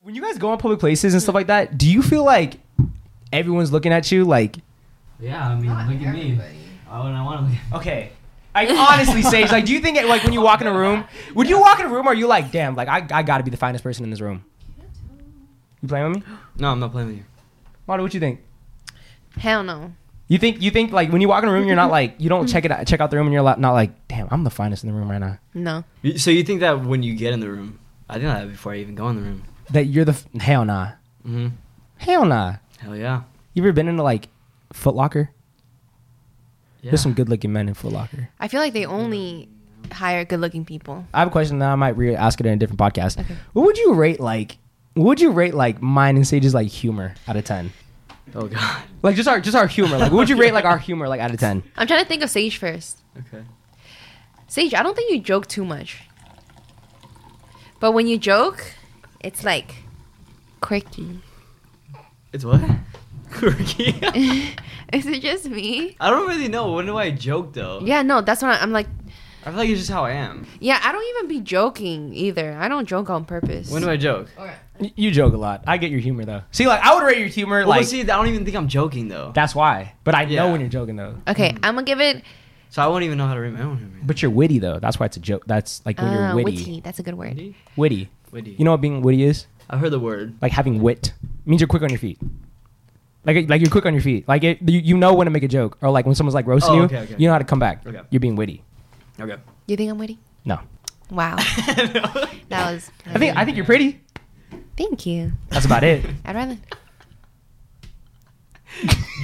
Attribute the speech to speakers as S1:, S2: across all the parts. S1: When you guys go on public places and stuff like that, do you feel like everyone's looking at you? Like,
S2: Yeah, I mean, look at me. I wouldn't want to look at
S1: okay. I honestly say, it's like, do you think like when you walk in a room, would you walk in a room? Are you like, damn, like I, I got to be the finest person in this room? You playing with me,
S2: No, I'm not playing with you.
S1: Marta? What you think?
S3: Hell no.
S1: You think you think like when you walk in a room, you're not like you don't check it out, check out the room, and you're li- not like, damn, I'm the finest in the room right now.
S3: No.
S2: You- So you think that when you get in the room, I think that before I even go in the room.
S1: That you're the f- hell nah,
S2: hmm
S1: hell nah.
S2: Hell yeah.
S1: You ever been into like Foot Locker?
S2: Yeah.
S1: There's some good looking men in Foot Locker.
S3: I feel like they only hire good looking people.
S1: I have a question that I might re ask it in a different podcast. What would you rate like? What would you rate like mine and Sage's like humor out of ten?
S2: Oh god.
S1: Like just our just our humor. Like what would you rate like our humor like out of ten?
S3: I'm trying to think of Sage first.
S2: Okay.
S3: Sage, I don't think you joke too much. But when you joke, it's like quirky.
S2: It's what? Quirky.
S3: Is it just me?
S2: I don't really know. When do I joke though?
S3: Yeah, no, that's what I, I'm like.
S2: I feel like it's just how I am.
S3: Yeah, I don't even be joking either. I don't joke on purpose.
S2: When do I joke?
S1: Y- You joke a lot. I get your humor though. See, like I would rate your humor
S2: Well,
S1: like
S2: but see, I don't even think I'm joking though.
S1: that's why. But I
S2: Yeah.
S1: know when you're joking though.
S3: okay, I'm gonna give it.
S2: So I won't even know how to read my own humor.
S1: But you're witty though. That's why it's a joke. That's like when
S3: Uh,
S1: you're witty.
S3: witty. That's a good word.
S2: Witty?
S1: Witty.
S2: Witty.
S1: You know what being witty is?
S2: I've heard the word.
S1: Like having wit means you're quick on your feet. Like, like you're quick on your feet. Like it, you, you know when to make a joke, or like when someone's like roasting
S2: Oh,
S1: you,
S2: okay, okay.
S1: you know how to come back.
S2: Okay.
S1: You're being witty.
S2: Okay.
S3: You think I'm witty?
S1: No,
S3: Wow, that was.
S1: I think I think you're pretty.
S3: Thank you.
S1: That's about it.
S3: I'd rather.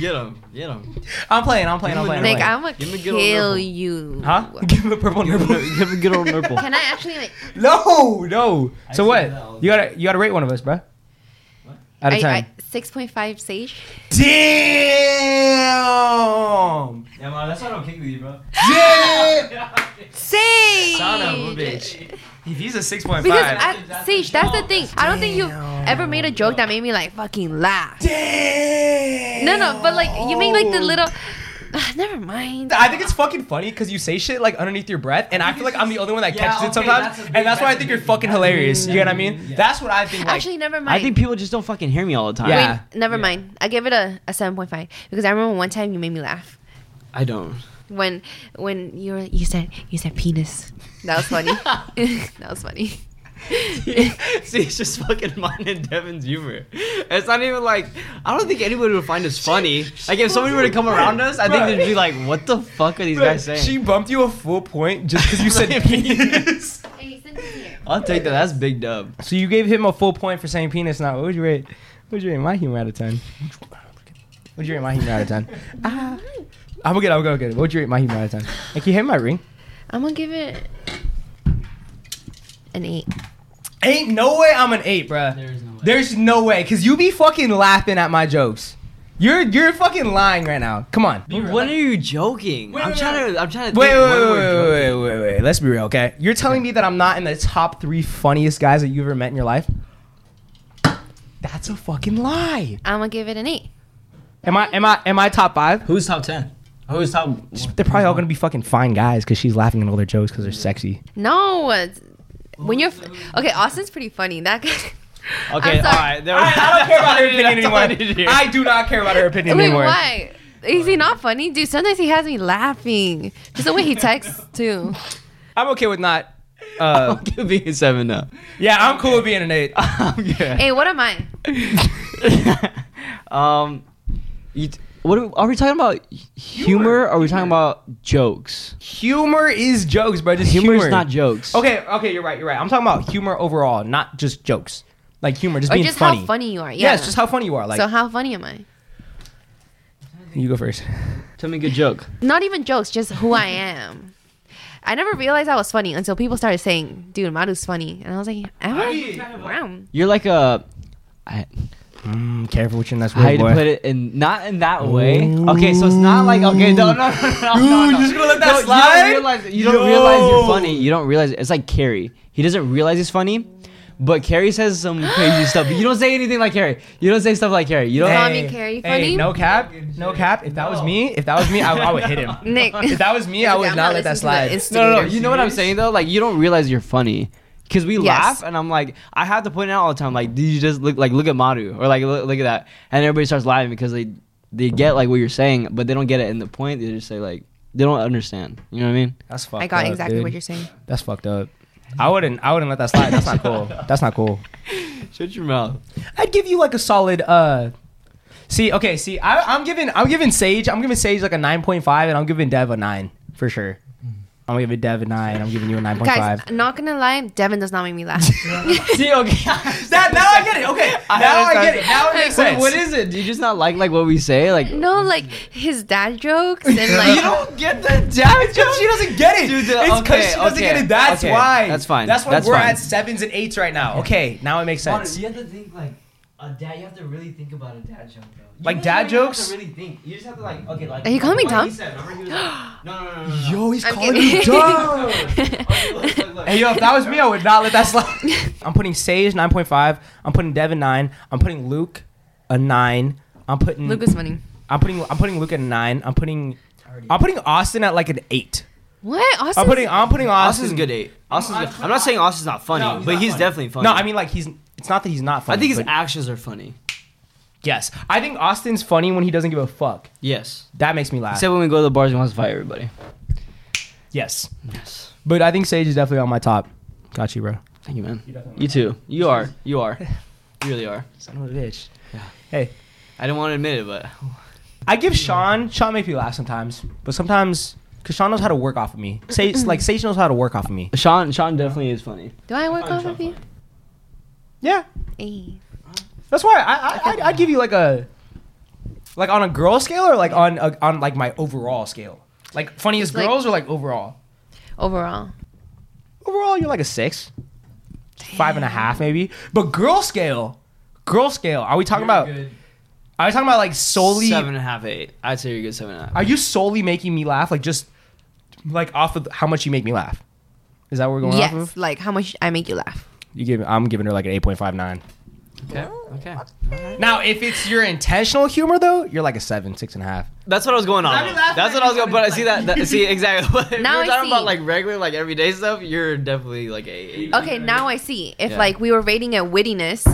S2: Get him. Get him.
S1: I'm playing. I'm playing. I'm playing.
S3: Like
S1: I'm
S3: I'm gonna
S2: Give me good old
S3: kill
S2: Rebel.
S3: you.
S1: playing. huh? Give him a purple nipple.
S2: Give a good old nurple.
S3: Can I actually like?
S1: no, no. So
S2: see
S1: what?
S2: that all the
S1: You gotta you gotta rate one of us, bruh. Out of
S3: I,
S1: ten.
S3: I, Six point five sage.
S1: Damn.
S2: Yeah, man, that's why I don't kick with you, bro.
S1: Damn.
S3: Sage.
S2: Son of a bitch.
S1: if he's a six point
S3: Because
S1: five.
S3: I, Sage, that's the thing. I don't think you ever made a joke that made me like fucking laugh.
S1: Damn.
S3: No, no, but like you make like the little. Ah, never mind.
S1: I think it's fucking funny because you say shit like underneath your breath, and I feel like I'm the only one that
S2: Yeah,
S1: catches it
S2: okay,
S1: sometimes,
S2: that's a big-
S1: and that's why I
S2: that's a
S1: think you're
S2: big-
S1: fucking
S2: that's a big-
S1: hilarious. You know what I mean?
S2: yeah.
S1: That's what I think. Like,
S3: Actually, never mind.
S2: I think people just don't fucking hear me all the time.
S1: Yeah.
S3: Wait, never mind. I give it a, a seven point five because I remember one time you made me laugh
S2: I don't.
S3: when when you were, you said you said penis. That was funny. that was funny.
S2: See, it's just fucking mine and Devin's humor. It's not even like I don't think anybody would find us funny. Like if somebody were to come around us, I think they'd be like, "What the fuck are these guys saying?"
S1: she bumped you a full point just because you said penis.
S2: I'll take that. That's big dub.
S1: So you gave him a full point for saying penis. Now, what would you rate? What would you rate my humor out of ten? What would you rate my humor out of ten? Ah. I'm gonna get. it, I'm gonna get. it. What would you rate my humor out of ten? Like you hit my ring.
S3: I'm gonna give it an eight.
S1: Ain't no way I'm an eight, bruh.
S2: There is no way.
S1: There's no way, cause you be fucking laughing at my jokes. You're you're fucking lying right now. Come on. Wait,
S2: When are you joking? I'm
S1: wait,
S2: trying to. I'm trying to.
S1: wait,
S2: think when
S1: wait,
S2: we're
S1: wait,
S2: joking.
S1: wait, wait, wait. Let's be real, okay? You're telling me that I'm not in the top three funniest guys that you've ever met in your life? That's a fucking lie.
S3: I'm gonna give it an eight.
S1: Am I am I am I top five?
S2: Who's top ten? Who's top?
S1: They're probably all gonna be fucking fine guys because she's laughing at all their jokes because they're sexy.
S3: No, it's- when you're f- okay, Austin's pretty funny. That guy.
S2: Okay,
S3: I'm sorry.
S2: all right. There,
S1: do not care about her opinion
S3: Wait, why? Is he not funny, dude? Sometimes he has me laughing. Just the way he texts too.
S1: I'm okay with not. Uh,
S2: Give me a seven now.
S1: yeah, I'm cool with being an eight.
S2: I'm good.
S3: Hey, what am I?
S2: um, you t- what are we, are we talking about? Humor? Are we talking about jokes?
S1: Humor is jokes, bro. Just humor.
S2: Humor is not jokes.
S1: Okay, okay, you're right, you're right. I'm talking about humor overall, not just jokes. Like humor, just
S3: Or
S1: being
S3: just
S1: funny.
S3: how funny you are. Yeah.
S1: Yes, just how funny you are. Like
S3: so how funny am I?
S1: you go first.
S2: Tell me a good joke.
S3: Not even jokes, just who I am. I never realized I was funny until people started saying, "Dude, Maru's funny," and I was like, "Am I?" Wow.
S2: You're like a I,
S1: Mm, careful with your nuts,
S2: I
S1: word
S2: had to
S1: boy.
S2: put it in not in that way. Okay, so it's not like okay, no, no, no, no, no,
S1: Ooh,
S2: no.
S1: you just gonna let that
S2: No,
S1: slide?
S2: You don't, realize, you don't realize you're
S1: Yo.
S2: funny. You don't realize it's like Carrie. He doesn't realize he's funny, but Carrie says some crazy stuff. But you don't say anything like Carrie. You don't say stuff like Carrie. You don't.
S3: Hey. Tommy Carey, you funny?
S1: no cap, no cap. If that was me, if that was me, I, I would hit him.
S3: Nick.
S1: If that was me, I would
S3: I'm
S1: not let that
S3: listening
S1: slide.
S3: to It's
S2: No, no, no.
S3: stupid.
S2: You know what I'm saying though? Like you don't realize you're funny. Cause we laugh, and I'm like, I have to point out all the time. Like, did you just look like look at Maru or like look, look at that? And everybody starts laughing because they they get like what you're saying, but they don't get it in the point. They just say like they don't understand. You know what I mean?
S1: That's fucked
S3: I got
S1: up,
S3: exactly
S1: dude.
S3: what you're saying.
S1: That's fucked up. I wouldn't. I wouldn't let that slide. That's not cool. That's not cool.
S2: Shut your mouth.
S1: I'd give you like a solid. uh See, okay, see, I, I'm giving. I'm giving Sage. I'm giving Sage like a nine point five, and I'm giving Dev a nine for sure. I'm giving Dev a nine. I'm giving you a nine point
S3: Guys,
S1: five.
S3: not gonna lie, Devin does not make me laugh.
S2: See, okay.
S1: That now I get it. Okay, now I get it. Now it makes
S2: Wait,
S1: sense.
S2: what is it? Do you just not like like what we say? Like
S3: no, like his dad jokes and like
S1: you don't get the dad joke. She doesn't get it.
S2: Dude,
S1: Dude,
S2: the-
S1: it's because
S2: okay,
S1: she doesn't
S2: okay,
S1: get it. That's
S2: okay.
S1: why.
S2: That's fine.
S1: That's why
S2: That's
S1: we're
S2: fine.
S1: at sevens and eights right now. Okay, now it makes sense.
S4: have to think like a dad. You have to really think about a dad joke, though. You
S1: Like
S4: really
S1: dad
S4: don't even have
S1: jokes?
S4: to really think. You just have to like. Okay, like.
S3: Are you calling me
S4: like what
S3: dumb?
S4: he said, remember he was like, no, no, no, no, no. no.
S1: Yo, he's
S3: I'm
S1: calling
S3: kidding.
S1: me dumb.
S4: Okay, look, look, look.
S1: Hey yo, if that was me, I would not let that slide. I'm putting Sage 9.5. I'm putting Devin 9. I'm putting Luke a 9. I'm putting
S3: Luke is funny.
S1: I'm putting I'm putting Luke at a 9. I'm putting I'm putting Austin at like an 8.
S3: What? Austin's,
S1: I'm putting I'm putting Austin
S2: Austin's good eight. Austin's good. I'm not saying Austin's not funny,
S4: No, he's
S2: but
S4: not
S2: he's
S4: funny.
S2: definitely funny.
S1: No, I mean like he's it's not that he's not
S2: I
S1: funny.
S2: think his
S1: but-
S2: actions are funny.
S1: yes. I think Austin's funny when he doesn't give a fuck.
S2: Yes.
S1: That makes me laugh.
S2: Except when we go to the bars and wants to fight everybody.
S1: yes.
S2: Yes.
S1: But I think Sage is definitely on my top. Got you, bro.
S2: Thank you, man.
S1: definitely
S2: You too. You are. You are. You really are.
S1: Son of a bitch.
S2: I didn't want to admit it, but
S1: I give Sean. Sean makes me laugh sometimes, but sometimes because Sean knows how to work off of me. Sage like Sage knows how to work off of me.
S2: Sean Sean definitely is funny.
S3: Do I work off of you?
S1: Yeah,
S3: Hey.
S1: that's why I, I I'd, I'd give you like a like on a girl scale or like on a, on like my overall scale. Like funniest
S3: It's like-
S1: girls or like overall.
S3: Overall.
S1: Overall, you're like a six, five and a half maybe. But girl scale, girl scale. Are we talking about?
S4: Good.
S1: Are we talking about like solely?
S2: seven and a half, eight. I'd say you're a good seven and a half.
S1: Are you solely making me laugh? Like just like off of how much you make me laugh? Is that what we're going off of?
S3: Yes. Like how much I make you laugh.
S1: You give I'm giving her like an 8.59.
S2: Okay. Okay.
S1: Now, if it's your intentional humor though, you're like a seven, six and a half.
S2: That's what I was going on.
S4: I'd be
S2: with.
S4: laughing at
S2: That's what I was
S4: you
S2: going. But I
S4: when
S2: see
S4: it's
S2: that. that see exactly. What, if
S3: Now
S2: we're
S3: I
S2: talking about
S3: see.
S2: like regular, like everyday stuff. You're definitely like a. a-
S3: Okay, now I see. If
S2: Yeah.
S3: like we were rating at wittiness,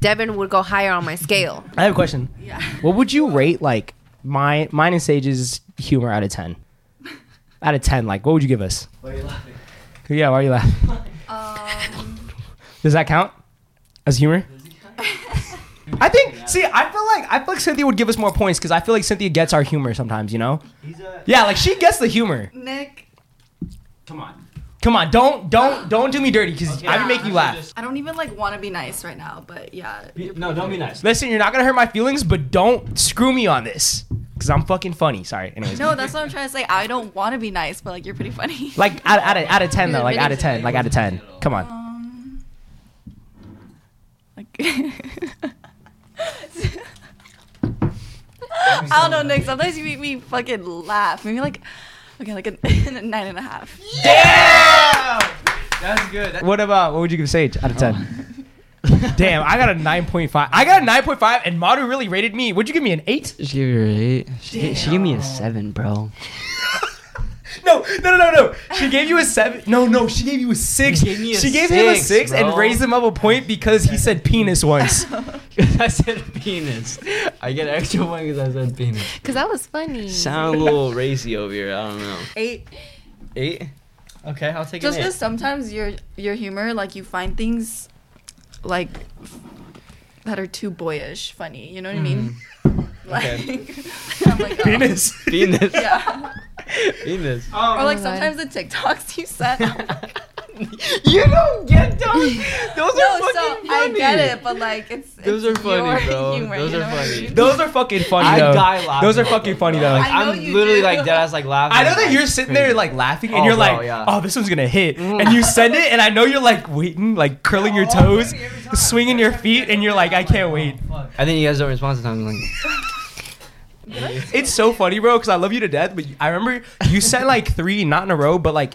S3: Devin would go higher on my scale.
S1: I have a question. Yeah. What would you rate like my mine and Sage's humor out of ten? Out of ten, like what would you give us?
S4: Why are you laughing?
S1: Yeah, why are you laughing?
S5: Um,
S1: Does that count as humor? I think. See, I feel like I feel like Cynthia would give us more points because I feel like Cynthia gets our humor sometimes. You know?
S4: He's a.
S1: Yeah, like she gets the humor.
S5: Nick,
S4: Come on.
S1: Come on, don't don't don't do me dirty because I would make you laugh.
S5: I don't even like want to be nice right now, but yeah.
S4: No, don't be nice.
S1: Listen, you're not gonna hurt my feelings, but don't screw me on this. Cause I'm fucking funny. Sorry. Anyways.
S5: No, that's what I'm trying to say. I don't want to be nice, but like you're pretty funny.
S1: Like out, out of out of ten though. Like out of ten.
S4: it
S1: Like out of ten.
S4: wasn't at all.
S1: Come on.
S5: Um, like I don't know, Nick. Sometimes you make me fucking laugh. Maybe like, okay, like a, a nine and a half.
S2: That's good. That-
S1: What about what would you give Sage out of ten? Damn, I got a nine point five. I got a nine point five, and Maru really rated me. Would you give me an eight?
S2: she gave you an eight. She, she gave me a seven, bro.
S1: No, no, no, no, no. She gave you a seven. No, no, she gave you a six.
S2: She gave me a
S1: she gave him a
S2: six,
S1: six and
S2: bro.
S1: raised him up a point because he said penis once.
S2: I said penis. I get an extra one because I said penis.
S3: Cause that was funny.
S2: Sound a little racy over here. I don't know. Eight. Eight. Okay, I'll take
S5: Just
S2: an eight.
S5: because sometimes your your humor, like you find things, like f- that are too boyish funny. You know what I mean? Like, I'm like, oh.
S1: penis.
S2: penis.
S5: Yeah.
S2: penis.
S5: Or like
S2: Oh.
S3: God.
S5: Oh sometimes the TikToks you send.
S2: you don't get those. Those
S5: No,
S2: are
S5: so
S2: fucking
S5: I
S2: funny.
S5: get it, but like it's
S2: Those
S5: it's
S2: are funny,
S5: your
S2: bro.
S5: humor,
S2: Those
S5: you
S2: are
S5: know what I
S2: funny.
S5: mean?
S1: Those are fucking funny
S2: I
S1: though.
S2: die laughing.
S1: Those are fucking funny though.
S2: Like,
S5: I know
S2: I'm
S5: you
S2: literally
S5: do.
S2: like dead ass like laughing.
S1: I know
S2: Like,
S1: that you're sitting there like laughing and
S2: Oh,
S1: you're
S2: bro,
S1: like,
S2: yeah. Mm.
S1: oh, this one's gonna hit. And you send it, and I know you're like waiting, like curling your
S2: Oh,
S1: toes, swinging your feet, and you're like, I can't wait.
S2: I think you guys don't respond sometimes. I'm Like,
S1: It's so funny, bro, because I love you to death, but I remember you sent like three, not in a row, but like,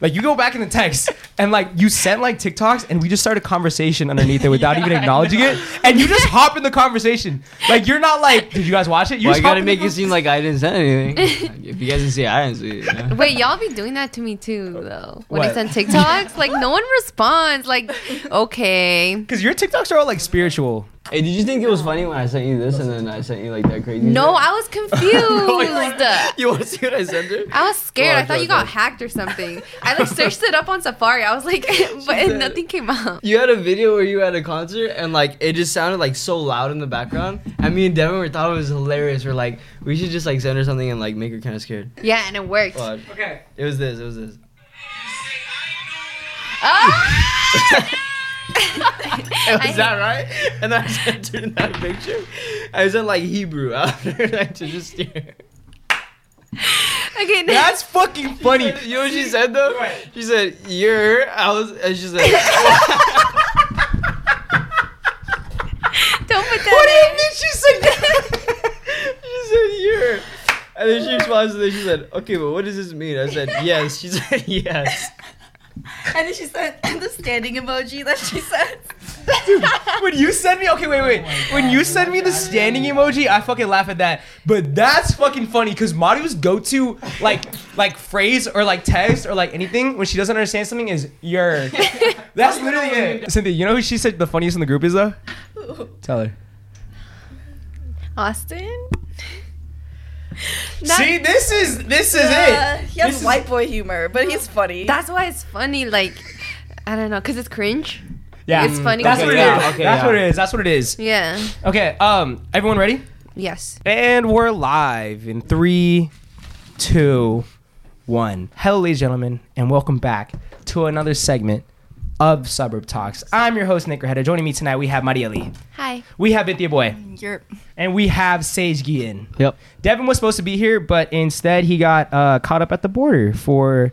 S1: like you go back in the text and like you sent like TikToks and we just started a conversation underneath it without even acknowledging it, and you just hop in the conversation. Like you're not like, did you guys watch it? You
S2: why
S1: just
S2: you
S1: hop
S2: gotta
S1: in the
S2: make it seem like I didn't send anything? Like, if you guys didn't see it, I didn't see it. you know?
S3: Wait, y'all be doing that to me too, though. When
S1: What?
S3: it's on TikToks, like no one responds. Like, okay,
S1: Because your TikToks are all like spiritual.
S2: Hey, did you think it was funny when I sent you this and then I sent you like that crazy?
S3: no,
S2: shit?
S3: I was confused.
S2: you want to see what I sent her?
S3: I was scared.
S5: Oh,
S2: Go
S3: I
S2: on,
S3: thought
S2: go
S3: you
S2: on,
S3: got
S2: go on.
S3: hacked or something. I like searched it up on Safari. I was like, but
S2: said-
S3: nothing came up.
S2: You had a video where you were at a concert and like it just sounded like so loud in the background. And me and Devin were thought it was hilarious. We're like, we should just like send her something and like make her kind of scared.
S3: Yeah, and it worked.
S2: But
S1: Okay.
S2: it was this. It was this.
S3: I Ah!
S2: was that right? And then I sent her that picture. I sent like Hebrew after like to just stare.
S3: Okay, next.
S1: That's fucking funny.
S2: You know what she said though? She said, "You're." I was. And she said,
S3: don't put that in.
S2: she said, she said, you're. And then she responds to this. She said, okay, but what does this mean? I said, yes. She said, yes.
S5: And then she said the standing emoji that she said.
S1: when you send me okay wait wait when Oh you send me the standing emoji i fucking laugh at that but that's fucking funny because mario's go-to like like phrase or like text or like anything when she doesn't understand something is your that's literally it cynthia you know who she said the funniest in the group is though tell her
S3: Austin.
S1: see this is this is
S5: Uh,
S1: it
S5: he has
S1: This is-
S5: white boy humor, but he's funny.
S3: That's why it's funny. Like, I don't know, cause it's cringe.
S1: yeah
S3: it's funny.
S1: that's
S3: Okay,
S1: what it is.
S3: yeah,
S2: okay,
S1: that's
S2: yeah.
S1: what it is that's what it is
S3: Yeah.
S1: okay um everyone ready
S3: Yes.
S1: And we're live in three, two, one. Hello, ladies and gentlemen, and welcome back to another segment of Suburb Talks. I'm your host, Nick Raheda. Joining me tonight, we have Maria Lee,
S3: Hi.
S1: we have Bithia Boy,
S5: You're
S1: and we have Sage Guillen.
S2: Yep.
S1: Devin was supposed to be here, but instead he got uh, caught up at the border for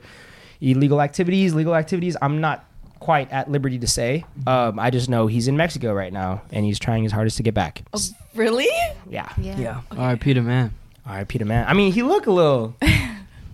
S1: illegal activities. Legal activities, I'm not quite at liberty to say. Um, I just know he's in Mexico right now, and he's trying his hardest to get back.
S5: really?
S1: Yeah.
S3: Yeah. Yeah.
S2: All right, Peter, man.
S1: All right, Peter, man. I mean, he looked a little.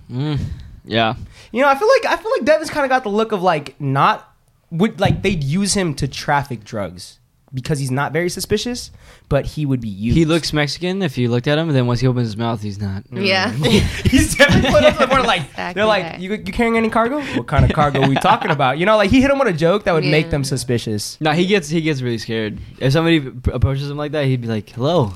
S2: Mm. Yeah.
S1: You know, I feel like I feel like Devin's kind of got the look of like not would like they'd use him to traffic drugs because he's not very suspicious, but he would be used.
S2: He looks Mexican if you looked at him, and then once he opens his mouth, he's not.
S5: Mm.
S1: he's definitely put up to the point of, like
S3: Exactly
S1: they're like
S3: that.
S1: you, you carrying any cargo? What kind of cargo we talking about? You know, like he hit him with a joke that would make
S3: Yeah.
S1: them suspicious.
S2: No, he gets he gets really scared. If somebody p- approaches him like that, he'd be like, "Hello."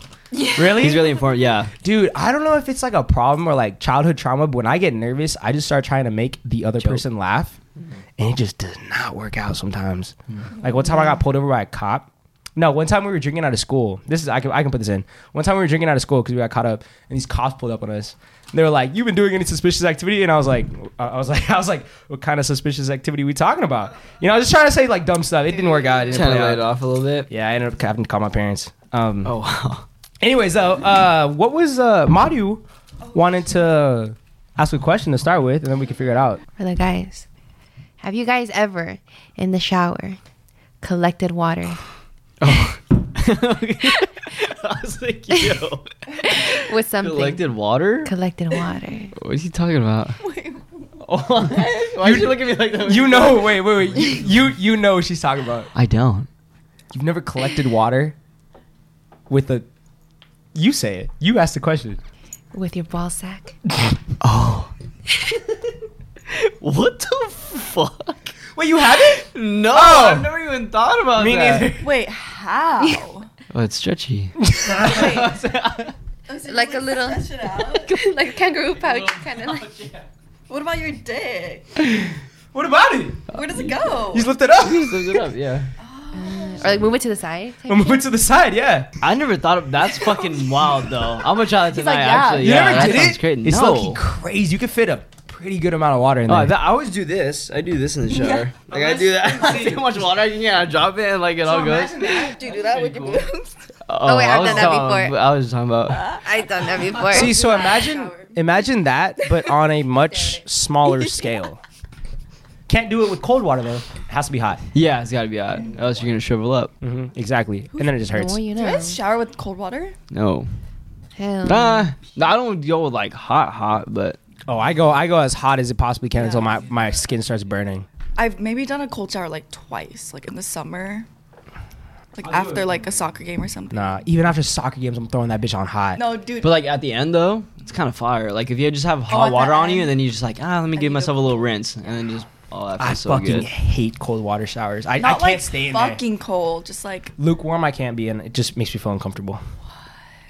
S1: Really?
S2: He's really important. Yeah.
S1: Dude, I don't know if it's like a problem or like childhood trauma, but when I get nervous, I just start trying to make the other person laugh. And it just does not work out sometimes. Like one time I got pulled over by a cop. No, one time we were drinking out of school. This is I can I can put this in. One time we were drinking out of school because we got caught up, and these cops pulled up on us. And they were like, "You've been doing any suspicious activity?" And I was like, I I was like, I was like, "What kind of suspicious activity we talking about?" You know, I was just trying to say like dumb stuff. It didn't work out. It didn't
S2: Kind
S1: play
S2: of laid
S1: out.
S2: off a little bit.
S1: Yeah, I ended up having to call my parents. Um,
S2: Oh wow.
S1: Anyways, though, uh, what was uh, Madu wanted to ask a question to start with, and then we can figure it out.
S3: For the guys, have you guys ever in the shower collected water?
S2: Oh. I was like, yo.
S3: with something.
S2: Collected water?
S3: Collected water.
S2: What is he talking about? What? Why did you look at me like that?
S1: You know, wait, wait, wait. You you, you know what she's talking about.
S2: I don't.
S1: You've never collected water with a. You say it. You asked the question.
S3: with your ball sack.
S2: What the fuck?
S1: Wait, you haven't?
S2: No, I've never even thought about
S1: Me
S2: that.
S1: neither.
S5: Wait, how?
S2: Oh, it's stretchy.
S3: Like a little-
S5: Stretch it out?
S3: like a kangaroo pouch, kind of like.
S5: What about your dick?
S1: What about it?
S5: Where does it go?
S1: He's lifted up.
S2: it up, yeah.
S3: Or like move it to the side. type
S1: I'm
S3: thing.
S1: moving to the side. Yeah.
S2: I never thought of that's fucking wild though. I'm gonna try that
S5: He's
S2: tonight.
S5: like, yeah.
S2: Actually,
S1: You
S2: yeah,
S1: never
S2: that
S1: did
S2: sounds
S1: it.
S2: Great.
S1: It's
S2: no.
S1: low-key crazy. You could fit a pretty good amount of water in there.
S2: Oh, that, I always do this. I do this in the shower. Like I do that. I see how much water I can get. I drop it and like it all goes.
S5: Do you do that with your boobs?
S3: Oh, wait,
S2: I
S3: I've
S2: was
S3: done that
S2: talking-
S3: before.
S2: I was just talking about.
S3: I've done that before.
S1: See, so imagine
S5: shower.
S1: imagine that, but on a much smaller scale. Can't do it with cold water though. It has to be hot.
S2: yeah, it's gotta be hot. Or else you're gonna shrivel up.
S1: Mm-hmm. Exactly, and then it just
S3: The
S1: hurts.
S3: more you
S5: Do you
S3: know.
S5: guys shower with cold water?
S2: No.
S3: Hell.
S2: Nah, nah, I don't go with like hot, hot, but
S1: Oh, I go I go as hot as it possibly can until
S5: Yeah.
S1: my my skin starts burning.
S5: I've maybe done a cold shower like twice, like in the summer, like
S4: I'll do
S5: after
S4: it.
S5: like a soccer game or something.
S1: Nah, even after soccer games, I'm throwing that bitch on hot.
S5: No, dude.
S2: but like at the end though, it's kind of fire. Like if you just have
S5: at
S2: hot
S5: the
S2: water on you
S5: end.
S2: and then you just like ah, let me
S5: I
S2: give
S5: need
S2: myself
S5: to-
S2: a little rinse and then just oh that feels
S1: I
S2: so
S1: fucking
S2: good.
S1: hate cold water showers. I, I
S5: not
S1: can't
S5: like
S1: stay in there.
S5: fucking cold. Just like
S1: Lukewarm, I can't be in. It just makes me feel uncomfortable.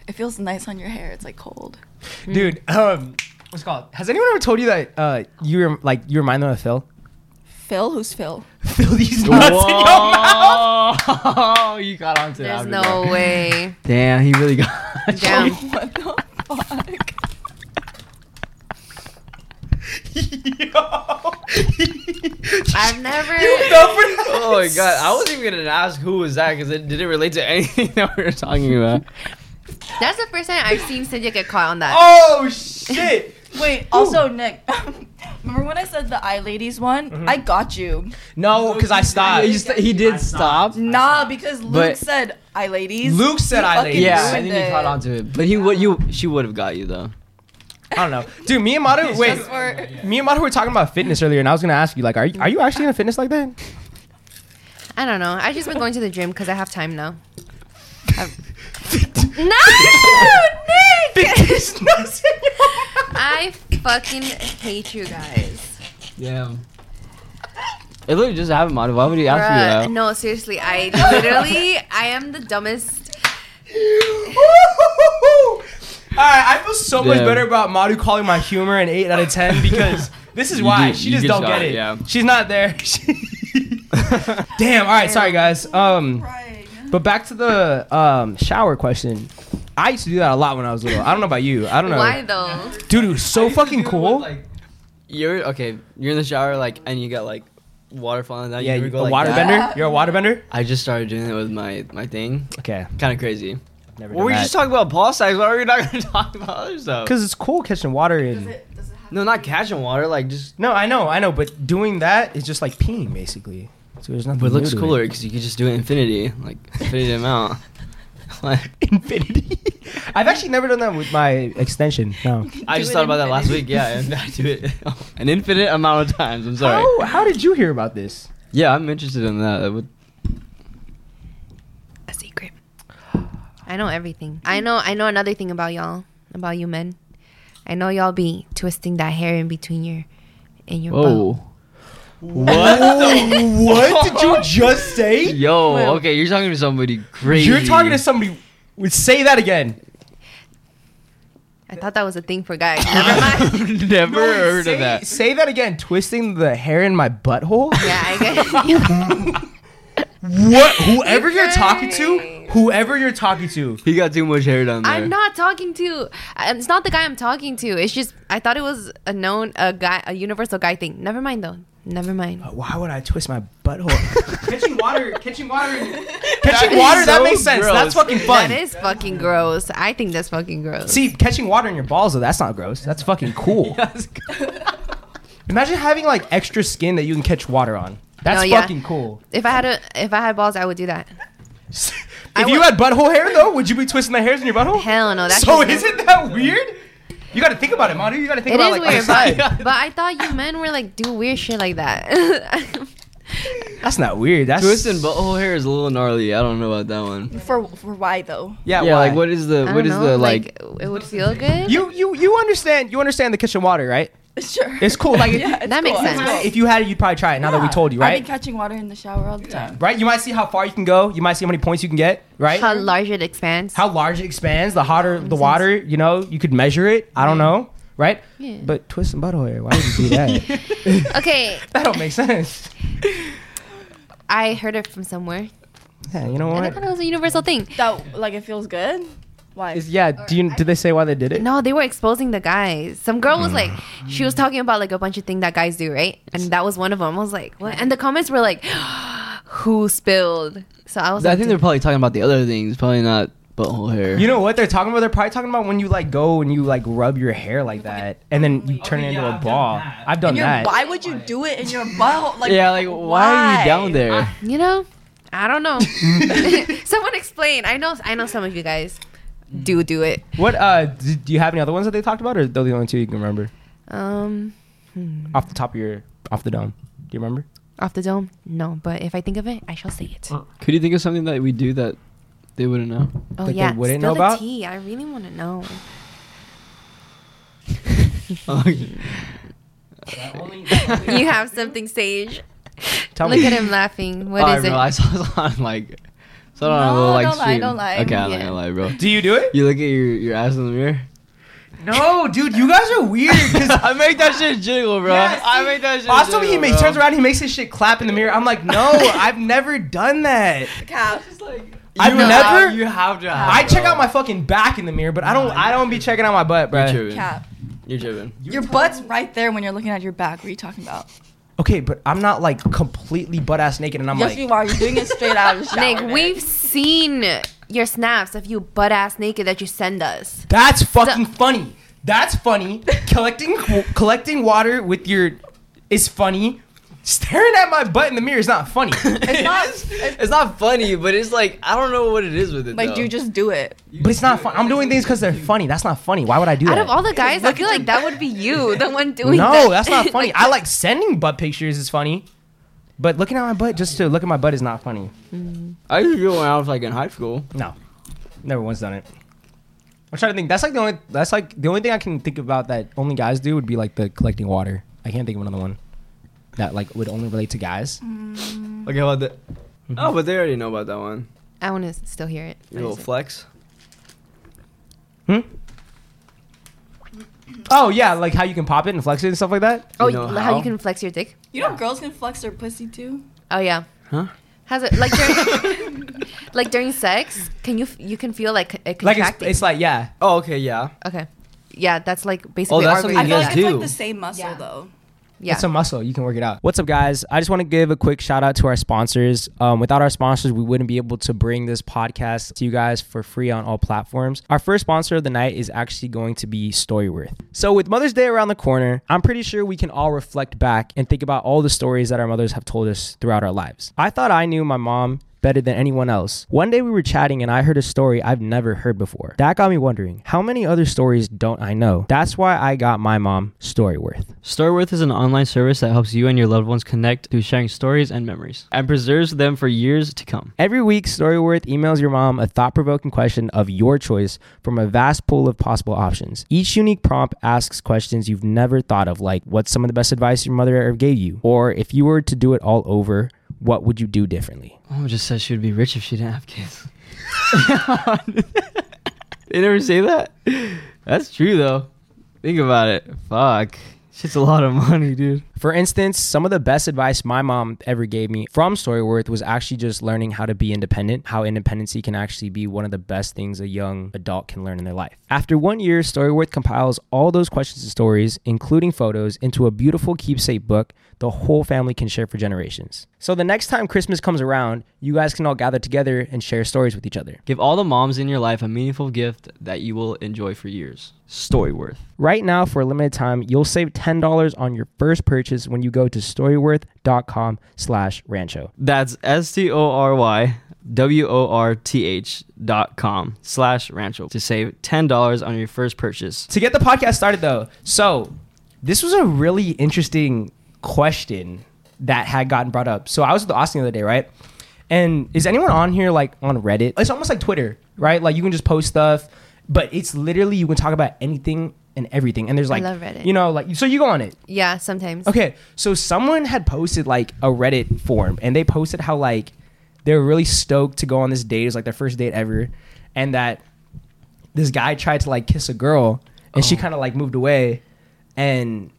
S5: it feels nice on your hair. It's like cold.
S1: Dude, um, what's it called? Has anyone ever told you that uh, you were like you remind them of Phil?
S5: Phil, who's Phil?
S1: Phil these nuts in your mouth.
S2: Whoa, you got onto that.
S3: There's
S2: after
S3: no
S2: that.
S3: way.
S2: Damn, he really got.
S3: Damn.
S5: what the fuck?
S3: I've never.
S2: oh my god, I wasn't even gonna ask who was that because it didn't relate to anything that we were talking about.
S3: That's the first time I've seen Cynthia get caught on that.
S1: Oh shit!
S5: Wait. Also, Nick, remember when I said the eye ladies one?
S1: Mm-hmm.
S5: I got you.
S1: No, because I stopped.
S2: He, st- he did stop.
S5: Nah, because Luke
S2: But-
S5: said eye ladies.
S1: Luke said
S5: You
S1: eye
S5: fucking
S1: ladies.
S2: Yeah, I
S5: ruined
S2: think he
S5: it.
S2: caught onto it, but he would you she would have got you though.
S1: I don't know, dude. Me and Madu, wait.
S5: Just for-
S1: Me and Madu were talking about fitness earlier, and I was gonna ask you, like, are you, are you actually in a fitness like that?
S3: I don't know. I've just been going to the gym because I have time now. I've- no, Nick! I fucking hate you guys.
S2: Damn. It literally just happened, Mata. Why would he ask
S3: Bruh,
S2: you that?
S3: no, seriously, I literally, I am the dumbest.
S1: All right, I feel so much
S2: Damn.
S1: better about Madu calling my humor an eight out of ten because this is
S2: You
S1: why
S2: do-
S1: she
S2: you
S1: just
S2: get
S1: don't
S2: shot,
S1: get it.
S2: yeah.
S1: She's not there. Damn. All right, sorry guys. Um,
S5: Right.
S1: but back to the um shower question. I used to do that a lot when I was little. I don't know about you. I don't know.
S3: Why though?
S1: Dude, it was so fucking cool.
S2: You're okay. You're in the shower, like, and you got like water falling down.
S1: yeah,
S2: you
S1: you,
S2: ever
S1: a
S2: go like that?
S1: waterbender. You're a waterbender.
S2: I just started doing it with my my thing.
S1: Okay.
S2: Kind of crazy.
S1: Never
S2: Well, we just talking about Paul size. Why are we not gonna talk about other stuff?
S1: because it's cool catching water and.
S2: No, not catching water. Like just.
S1: No, I know, I know, but doing that is just like peeing basically. So there's nothing.
S2: But it looks
S1: new to
S2: cooler because you could just do it infinity, like infinity amount. Like,
S1: infinity. I've actually never done that with my extension. No.
S2: I
S5: Do
S2: just
S5: it
S2: thought about that last week. Yeah, and I do it an infinite amount of times. I'm sorry.
S1: How, how did you hear about this?
S2: Yeah, I'm interested in that. That would-
S3: A secret. I know everything. I know. I know another thing about y'all, about you men. I know y'all be twisting that hair in between your, in your. butt.
S2: Whoa. What?
S1: what did you just say?
S2: Yo, okay, you're talking to somebody crazy.
S1: You're talking to somebody. Would say that again.
S3: I thought that was a thing for guys. Never mind.
S2: Never heard
S1: say,
S2: of that.
S1: Say that again. Twisting the hair in my butthole.
S3: Yeah, I guess.
S1: What? Whoever you're talking to, whoever you're talking to.
S2: He got too much hair down there.
S3: I'm not talking to. I- It's not the guy I'm talking to. It's just I thought it was a known a guy a universal guy thing. Never mind though. Never mind.
S1: Why would I twist my butthole? catching water, catching water, catching water. that
S2: so
S1: makes sense. That's
S2: gross.
S1: fucking fun.
S3: That is fucking gross. I think that's fucking gross.
S1: See, catching water in your balls though, that's not gross. That's fucking cool. Imagine having like extra skin that you can catch water on. That's
S3: No, yeah.
S1: fucking cool.
S3: if I had a if I had balls, I would do that.
S1: if
S3: I
S1: you
S3: would-
S1: had butthole hair though, would you be twisting the hairs in your butthole?
S3: Hell no. That's
S1: so isn't that weird? You gotta think about it, Manu. You gotta think
S3: It
S1: about
S3: is
S1: like
S3: weird,
S1: outside.
S3: but, but I thought you men were like do weird shit like that.
S1: That's not weird. That's
S2: Twisting butthole hair is a little gnarly. I don't know about that one.
S5: For for why though?
S1: Yeah,
S2: Yeah,
S1: why?
S2: like what is the
S3: I
S2: what
S3: don't
S2: is
S3: know,
S2: the like?
S3: it would feel good.
S1: You you you understand you understand the kitchen water, right?
S5: Sure.
S1: It's cool. Like
S5: Yeah, it's
S3: That makes
S5: cool.
S3: sense.
S5: It's cool.
S1: if you had it, you'd probably try it. Now that we
S5: Yeah.
S1: told you,
S5: I've
S1: right?
S5: been catching water in the shower all the time.
S1: right? You might see how far you can go. You might see how many points you can get. Right?
S3: how large it expands.
S1: how large it expands, the hotter the water, you know, you could measure it. I don't know, right?
S3: Yeah.
S1: But twist and butthole hair, why would you do that?
S3: okay,
S1: that don't make sense.
S3: I heard it from somewhere.
S1: Yeah, you know
S3: And I thought it
S1: what?
S3: was a universal thing.
S5: That like it feels good. Why?
S1: Is, yeah. Do you? Did they say why they did it?
S3: No, they were exposing the guys. Some girl was
S1: Mm.
S3: like, she was talking about like a bunch of things that guys do, right? And that was one of them. I was like, what? And the comments were like, who spilled? So I was.
S2: I
S3: like,
S2: think they're probably talking about the other things, probably not butthole hair.
S1: You know what they're talking about? They're probably talking about when you like go and you like rub your hair like that, and then you turn it into a ball. I've done
S5: In your,
S1: that.
S5: why would you do it in your butthole? Like,
S2: yeah, like why, are you down there?
S3: you know, I don't know. Someone explain. I know. I know some of you guys
S1: Mm.
S3: do do it.
S1: What? Uh, d- do you have any other ones that they talked about, or are those the only two you can remember
S3: Um,
S1: off the top of your off the dome? Do you remember?
S3: off the dome, no. But if I think of it, I shall say it.
S1: Oh.
S2: Could you think of something that we do that they wouldn't know?
S3: Oh
S1: they
S3: yeah,
S1: wouldn't
S3: spill
S1: know
S3: the
S1: about?
S3: tea. I really want to know. you have something, Sage.
S1: Tell
S3: Look
S1: me.
S3: at him laughing. What
S2: oh, I
S3: is it?
S2: realized I was on like, so I don't
S5: No,
S2: know, like
S5: don't lie,
S2: stream.
S5: don't lie.
S2: Okay, I'm not
S5: Yeah.
S2: gonna lie, bro.
S1: Do you do it?
S2: You look at your, your ass in the mirror.
S1: No, dude. You guys are weird.
S2: I make that shit jiggle, bro.
S1: Yes,
S2: I make that shit.
S1: Also,
S2: jiggle,
S1: he makes,
S2: bro.
S1: turns around, he makes his shit clap in the mirror. I'm like, no, I've never done that.
S5: Cap.
S1: I've
S2: You
S1: never.
S2: have- you have to. Have,
S1: I check
S2: bro.
S1: out my fucking back in the mirror, but I don't. I don't be checking out my butt,
S2: You're
S1: bro.
S2: tripping.
S5: Cap.
S2: You're tripping.
S5: Your butt's right there when you're looking at your back. What are you talking about?
S1: Okay, but I'm not like completely butt ass naked, and I'm
S5: yes,
S1: like,
S5: you are. You're doing it straight out of the shower.
S3: Nick,
S5: man.
S3: we've seen your snaps of you butt ass naked that you send us.
S1: that's fucking funny. That's funny. collecting collecting water with your is funny. Staring at my butt in the mirror is not funny.
S5: It's not. it's-
S2: It's not funny, but it's like I don't know what it is with it.
S5: like,
S2: though.
S5: you just do it.
S1: but it's not fun. I'm doing things because they're funny. That's not funny. Why would I do
S3: Out
S1: that?
S3: of all the guys, I feel like that would be you, the one doing that.
S1: no, that's not funny. I like sending butt pictures is funny, but looking at my butt just to look at my butt is not funny.
S2: I used to do it when I was like in high school.
S1: No, never once done it. I'm trying to think. That's like the only. That's like the only thing I can think about that only guys do would be like the collecting water. I can't think of another one that like would only relate to guys.
S2: Okay, about that. Oh, but they already know about that one.
S3: I want to still hear it.
S2: Your little flex.
S1: Hmm. Oh yeah, like how you can pop it and flex it and stuff like that.
S3: Oh,
S2: You know
S3: how?
S2: how?
S3: you can flex your dick?
S5: You know, girls can flex their pussy too.
S3: Oh yeah.
S2: Huh?
S3: Has it like during like during sex? Can you f- you can feel like it
S1: Like it's,
S3: contracting?
S1: it's like yeah.
S2: Oh, okay, yeah.
S3: okay. Yeah, that's like basically.
S2: that's
S3: our
S2: something
S5: I
S3: version
S2: you
S5: feel
S3: of
S2: guys
S5: like
S3: that.
S5: it's
S2: do.
S5: like the same muscle
S3: Yeah.
S5: though.
S3: Yeah.
S1: It's a muscle. You can work it out. What's up, guys? I just want to give a quick shout out to our sponsors. Um, without our sponsors, we wouldn't be able to bring this podcast to you guys for free on all platforms. Our first sponsor of the night is actually going to be Storyworth. So, with Mother's Day around the corner, I'm pretty sure we can all reflect back and think about all the stories that our mothers have told us throughout our lives. I thought I knew my mom better than anyone else. One day we were chatting and I heard a story I've never heard before. That got me wondering, how many other stories don't I know? That's why I got my mom Storyworth.
S2: Storyworth is an online service that helps you and your loved ones connect through sharing stories and memories and preserves them for years to come.
S1: Every week, Storyworth emails your mom a thought provoking question of your choice from a vast pool of possible options. Each unique prompt asks questions you've never thought of, like what's some of the best advice your mother ever gave you? Or if you were to do it all over, what would you do differently?
S2: Mom just said she would be rich if she didn't have kids. they never say that? That's true, though. Think about it. Fuck. Shit's a lot of money, dude.
S1: For instance, some of the best advice my mom ever gave me from Storyworth was actually just learning how to be independent, how independency can actually be one of the best things a young adult can learn in their life. After one year, Storyworth compiles all those questions and stories, including photos, into a beautiful keepsake book the whole family can share for generations. So the next time Christmas comes around, you guys can all gather together and share stories with each other.
S2: Give all the moms in your life a meaningful gift that you will enjoy for years. Storyworth.
S1: Right now, for a limited time, you'll save $10 on your first purchase when you go to storyworth.com slash rancho.
S2: That's S T O R Y W O R T H dot com slash rancho to save $10 on your first purchase.
S1: to get the podcast started though so this was a really interesting question that had gotten brought up so i was with austin the other day right and is anyone on here like on reddit it's almost like twitter right like you can just post stuff but it's literally you can talk about anything and everything and there's like
S3: love Reddit.
S1: you know like so you go on it
S3: yeah, sometimes.
S1: Okay, so someone had posted like a Reddit form, and they posted how like they were really stoked to go on this date. It was like their first date ever, and that this guy tried to like kiss a girl, and she kind of like moved away, and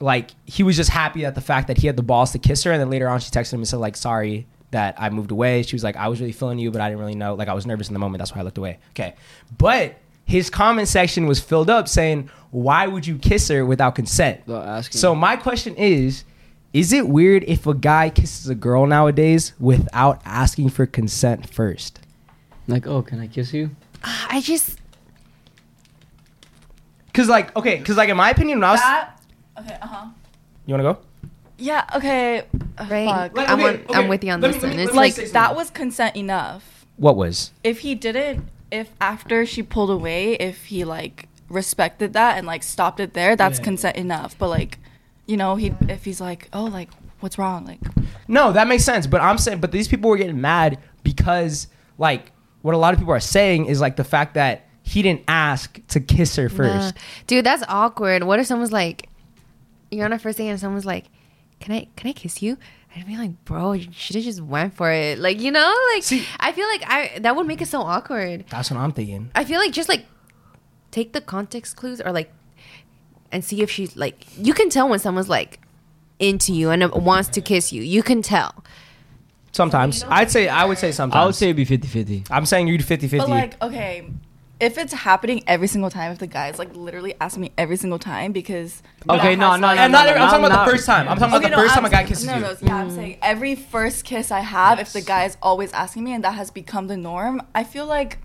S1: like he was just happy at the fact that he had the balls to kiss her, and then later on she texted him and said like sorry that I moved away. She was like, I was really feeling you, but I didn't really know. Like, I was nervous in the moment. That's why I looked away. Okay. But his comment section was filled up saying, Why would you kiss her without consent?
S2: Without asking.
S1: So, my question is Is it weird if a guy kisses a girl nowadays without asking for consent first?
S2: Like, oh, can I kiss you?
S3: I just
S1: Because, like, okay, because, like, in my opinion, when I was.
S5: That. Okay. Uh huh.
S1: you want to go?
S5: Yeah. Okay. uh,
S3: Right.
S5: fuck.
S3: Like, I'm okay, on- I'm okay, with you on let me- this let one. me- It's let me
S5: like that was consent enough.
S1: What was?
S5: If he didn't, if after she pulled away, if he like respected that and like stopped it there, that's consent enough. But like, you know, he if he's like, oh, like what's wrong, like
S1: No, that makes sense. But I'm saying, but these people were getting mad because, like, what a lot of people are saying is like the fact that he didn't ask to kiss her first.
S3: Nah. dude, that's awkward. What if someone's like, you're on a first date and someone's like, "Can I can I kiss you?" I'd be like, "Bro, you should have just went for it." Like you know, like
S1: See-
S3: I feel like I that would make it so awkward.
S1: That's what I'm thinking.
S3: I feel like just like take the context clues or like and see if she's like you can tell when someone's like into you and wants to kiss you. You can tell.
S1: Sometimes I'd say I would say sometimes.
S2: I would say it'd be 50 50.
S1: I'm saying you'd 50
S5: But
S1: 50.
S5: like, okay, if it's happening every single time, if the guy's like literally asking me every single time because
S2: Okay, no, no,
S1: and
S2: no,
S1: not
S2: no,
S1: every,
S2: no,
S1: I'm talking about
S2: not-
S1: the first time. I'm talking about the first time a guy kisses
S5: no,
S1: you.
S5: No, yeah, I'm saying every first kiss I have, if the guy is always asking me, and that has become the norm, I feel like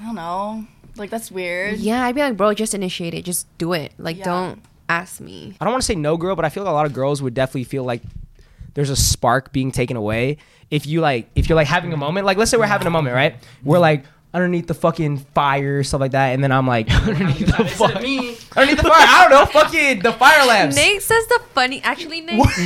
S5: I don't know, like that's weird.
S3: Yeah, I'd be like, "Bro, just initiate it. Just do it. Like
S5: Yeah.
S3: don't ask me."
S1: I don't want to say no girl, but I feel like a lot of girls would definitely feel like there's a spark being taken away if you like if you're like having a moment. Like let's say we're having a moment, right? We're like underneath the fucking fire, stuff like that, and then I'm like underneath the fire. Underneath the fire. I don't know. Fucking the fire lamps.
S3: Nate says the funny. Actually, Nate.
S1: What?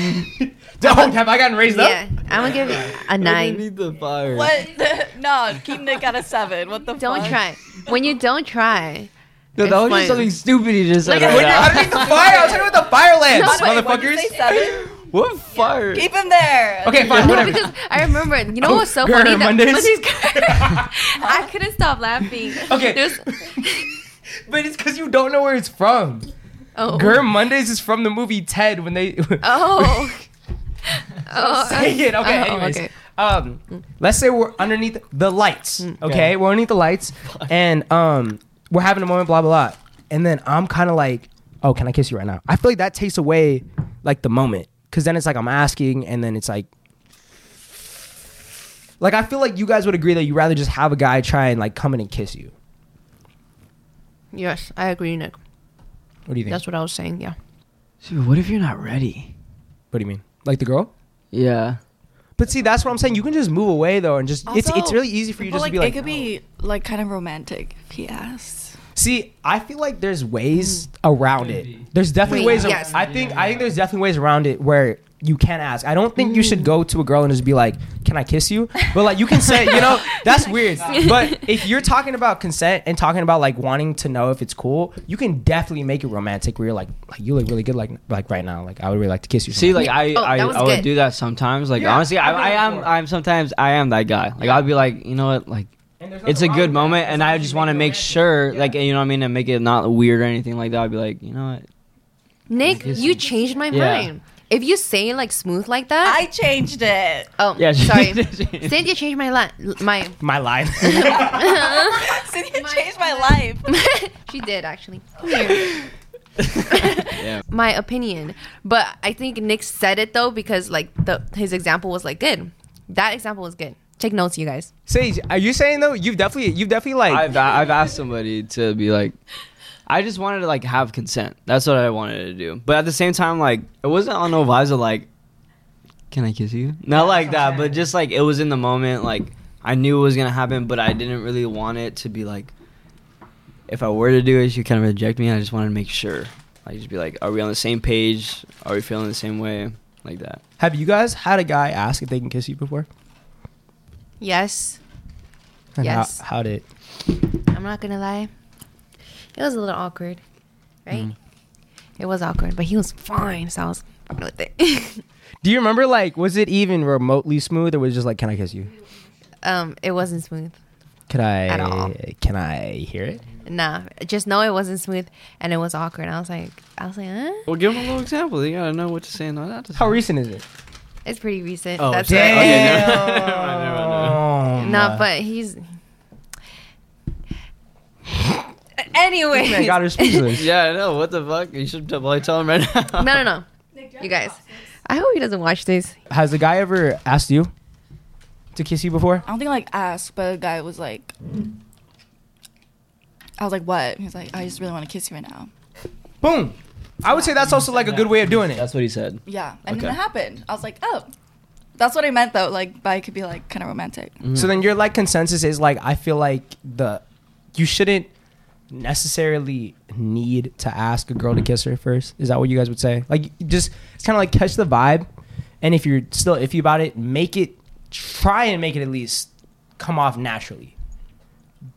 S1: Don't have I gotten raised
S3: Yeah,
S1: up?
S3: I'm gonna give it a nine.
S2: need the fire.
S5: What? no, keep Nick at a seven. What the?
S3: Don't
S5: fuck?
S3: try. When you don't try,
S2: No, that was
S3: Explain.
S2: just something stupid he just said.
S1: When
S2: right
S1: you're
S2: now.
S1: underneath the fire, I'll tell you what the fire lamps,
S3: No,
S5: Wait, what'd you
S1: motherfuckers.
S5: say, seven?
S2: What fire?
S5: keep him there.
S1: Okay, fine,
S3: no,
S1: whatever.
S3: because I remember. You know
S1: Oh,
S3: what's so
S1: girl,
S3: funny? That
S1: Mondays?
S3: Monday's girl- I couldn't stop laughing.
S1: Okay.
S3: There's,
S1: but it's because you don't know where it's from.
S3: oh.
S1: Girl Mondays is from the movie Ted when they.
S3: Oh. oh.
S1: Say
S5: Uh,
S1: it. Okay.
S3: Oh,
S1: anyways,
S3: okay.
S1: um, let's say we're underneath the lights.
S5: Mm.
S1: Okay, we're underneath the lights, and um, we're having a moment. Blah blah. blah. And then I'm kind of like, oh, can I kiss you right now? I feel like that takes away like the moment, because then it's like I'm asking, and then it's like. Like I feel like you guys would agree that you rather just have a guy try and like come in and kiss you.
S3: Yes, I agree, Nick.
S1: What do you think?
S3: That's what I was saying. Yeah.
S2: Dude, what if you're not ready?
S1: what do you mean? Like the girl?
S2: Yeah.
S1: But see, that's what I'm saying. You can just move away though, and just it's
S5: Also,
S1: it's really easy for you
S5: but,
S1: just to
S5: like,
S1: be like.
S5: it could be like kind of romantic if he asked.
S1: See, I feel like there's ways around
S4: Maybe.
S1: it. There's definitely
S3: Wait,
S1: ways.
S3: yes.
S1: Yes. I think I think there's definitely ways around it where you can ask. I don't think you should go to a girl and just be like, "Can I kiss you?" But like you can say, you know, that's weird. But if you're talking about consent and talking about like wanting to know if it's cool, you can definitely make it romantic. Where you're like, like you look really good, like like right now. Like I would really like to kiss you.
S2: See,
S1: sometime."
S2: like I,
S3: Oh,
S2: I,
S3: that was
S2: I would
S3: good.
S2: do that sometimes. Like
S1: Yeah,
S2: honestly, I,
S1: I've done
S2: I
S1: it
S2: am,
S1: before.
S2: I'm sometimes I am that guy. Like I'd be like, you know what, like
S1: And there's
S2: it's
S1: nothing
S2: a
S1: wrong
S2: good
S1: with
S2: moment,
S1: that.
S2: and I
S1: Sometimes
S2: just
S1: you
S2: want to
S1: make it
S2: make sure,
S1: romantic.
S2: like
S1: Yeah.
S2: you know what I mean, and make it not weird or anything like that. I'd be like, you know what,
S3: Nick,
S2: Yes.
S3: you changed my
S2: Yeah.
S3: mind. If you say like smooth like that,
S5: I changed it.
S3: oh
S2: yeah, she-
S3: sorry,
S2: she-
S3: Cynthia changed my la- my
S1: my line.
S5: Cynthia changed my life.
S3: she did actually. Come here. My opinion, but I think Nick said it though because like the his example was like good. That example was good. Take notes, you guys.
S1: Sage, are you saying though? You've definitely you've definitely like
S2: I've, I've asked somebody to be like, I just wanted to like have consent. That's what I wanted to do. But at the same time, like it wasn't on no vibes of like, can I kiss you? Not like that, but just like it was in the moment. Like I knew it was gonna happen, but I didn't really want it to be like. If I were to do it, she kind of reject me. I just wanted to make sure. Like just be like, are we on the same page? Are we feeling the same way? Like that.
S1: Have you guys had a guy ask if they can kiss you before?
S3: Yes,
S1: And how-
S3: Yes.
S1: How, did?
S3: I'm not gonna lie. It was a little awkward, right?
S2: Mm.
S3: It was awkward, but he was fine, so I was fine with it.
S1: Do you remember? Like, was it even remotely smooth, or was it just like, "Can I kiss you?
S3: um, it wasn't smooth.
S1: Can I?
S3: At all.
S1: Can I hear it?"
S3: Nah, just know it wasn't smooth, and it was awkward. I was like, I was like, huh?
S2: Well, give them a little example. They gotta know what to say and not to say.
S1: How recent is it?
S3: It's pretty recent.
S2: Oh,
S3: That's
S2: sorry.
S3: why-
S2: Okay,
S1: Damn.
S2: never- never mind, never mind, never mind.
S1: Oh,
S3: No, but he's. Anyway.
S1: I got her speechless.
S2: Yeah, I know. What the fuck? You should probably tell him right now.
S3: No, no, no. You guys. I hope he doesn't watch this.
S1: Has the guy ever asked you to kiss you before?
S5: I don't think like asked, but a guy was like, I was like, what? He was like, I just really want to kiss you right now.
S1: Boom. I would say that's also like a good way of doing it.
S2: That's what he said.
S5: Yeah, and then
S2: Okay.
S5: it happened. I was like, oh, that's what I meant though. Like, by could be like kind of romantic.
S1: So then your like consensus is like I feel like the you shouldn't necessarily need to ask a girl to kiss her first. Is that what you guys would say? Like you just it's kind of like catch the vibe, and if you're still iffy about it, make it try and make it at least come off naturally.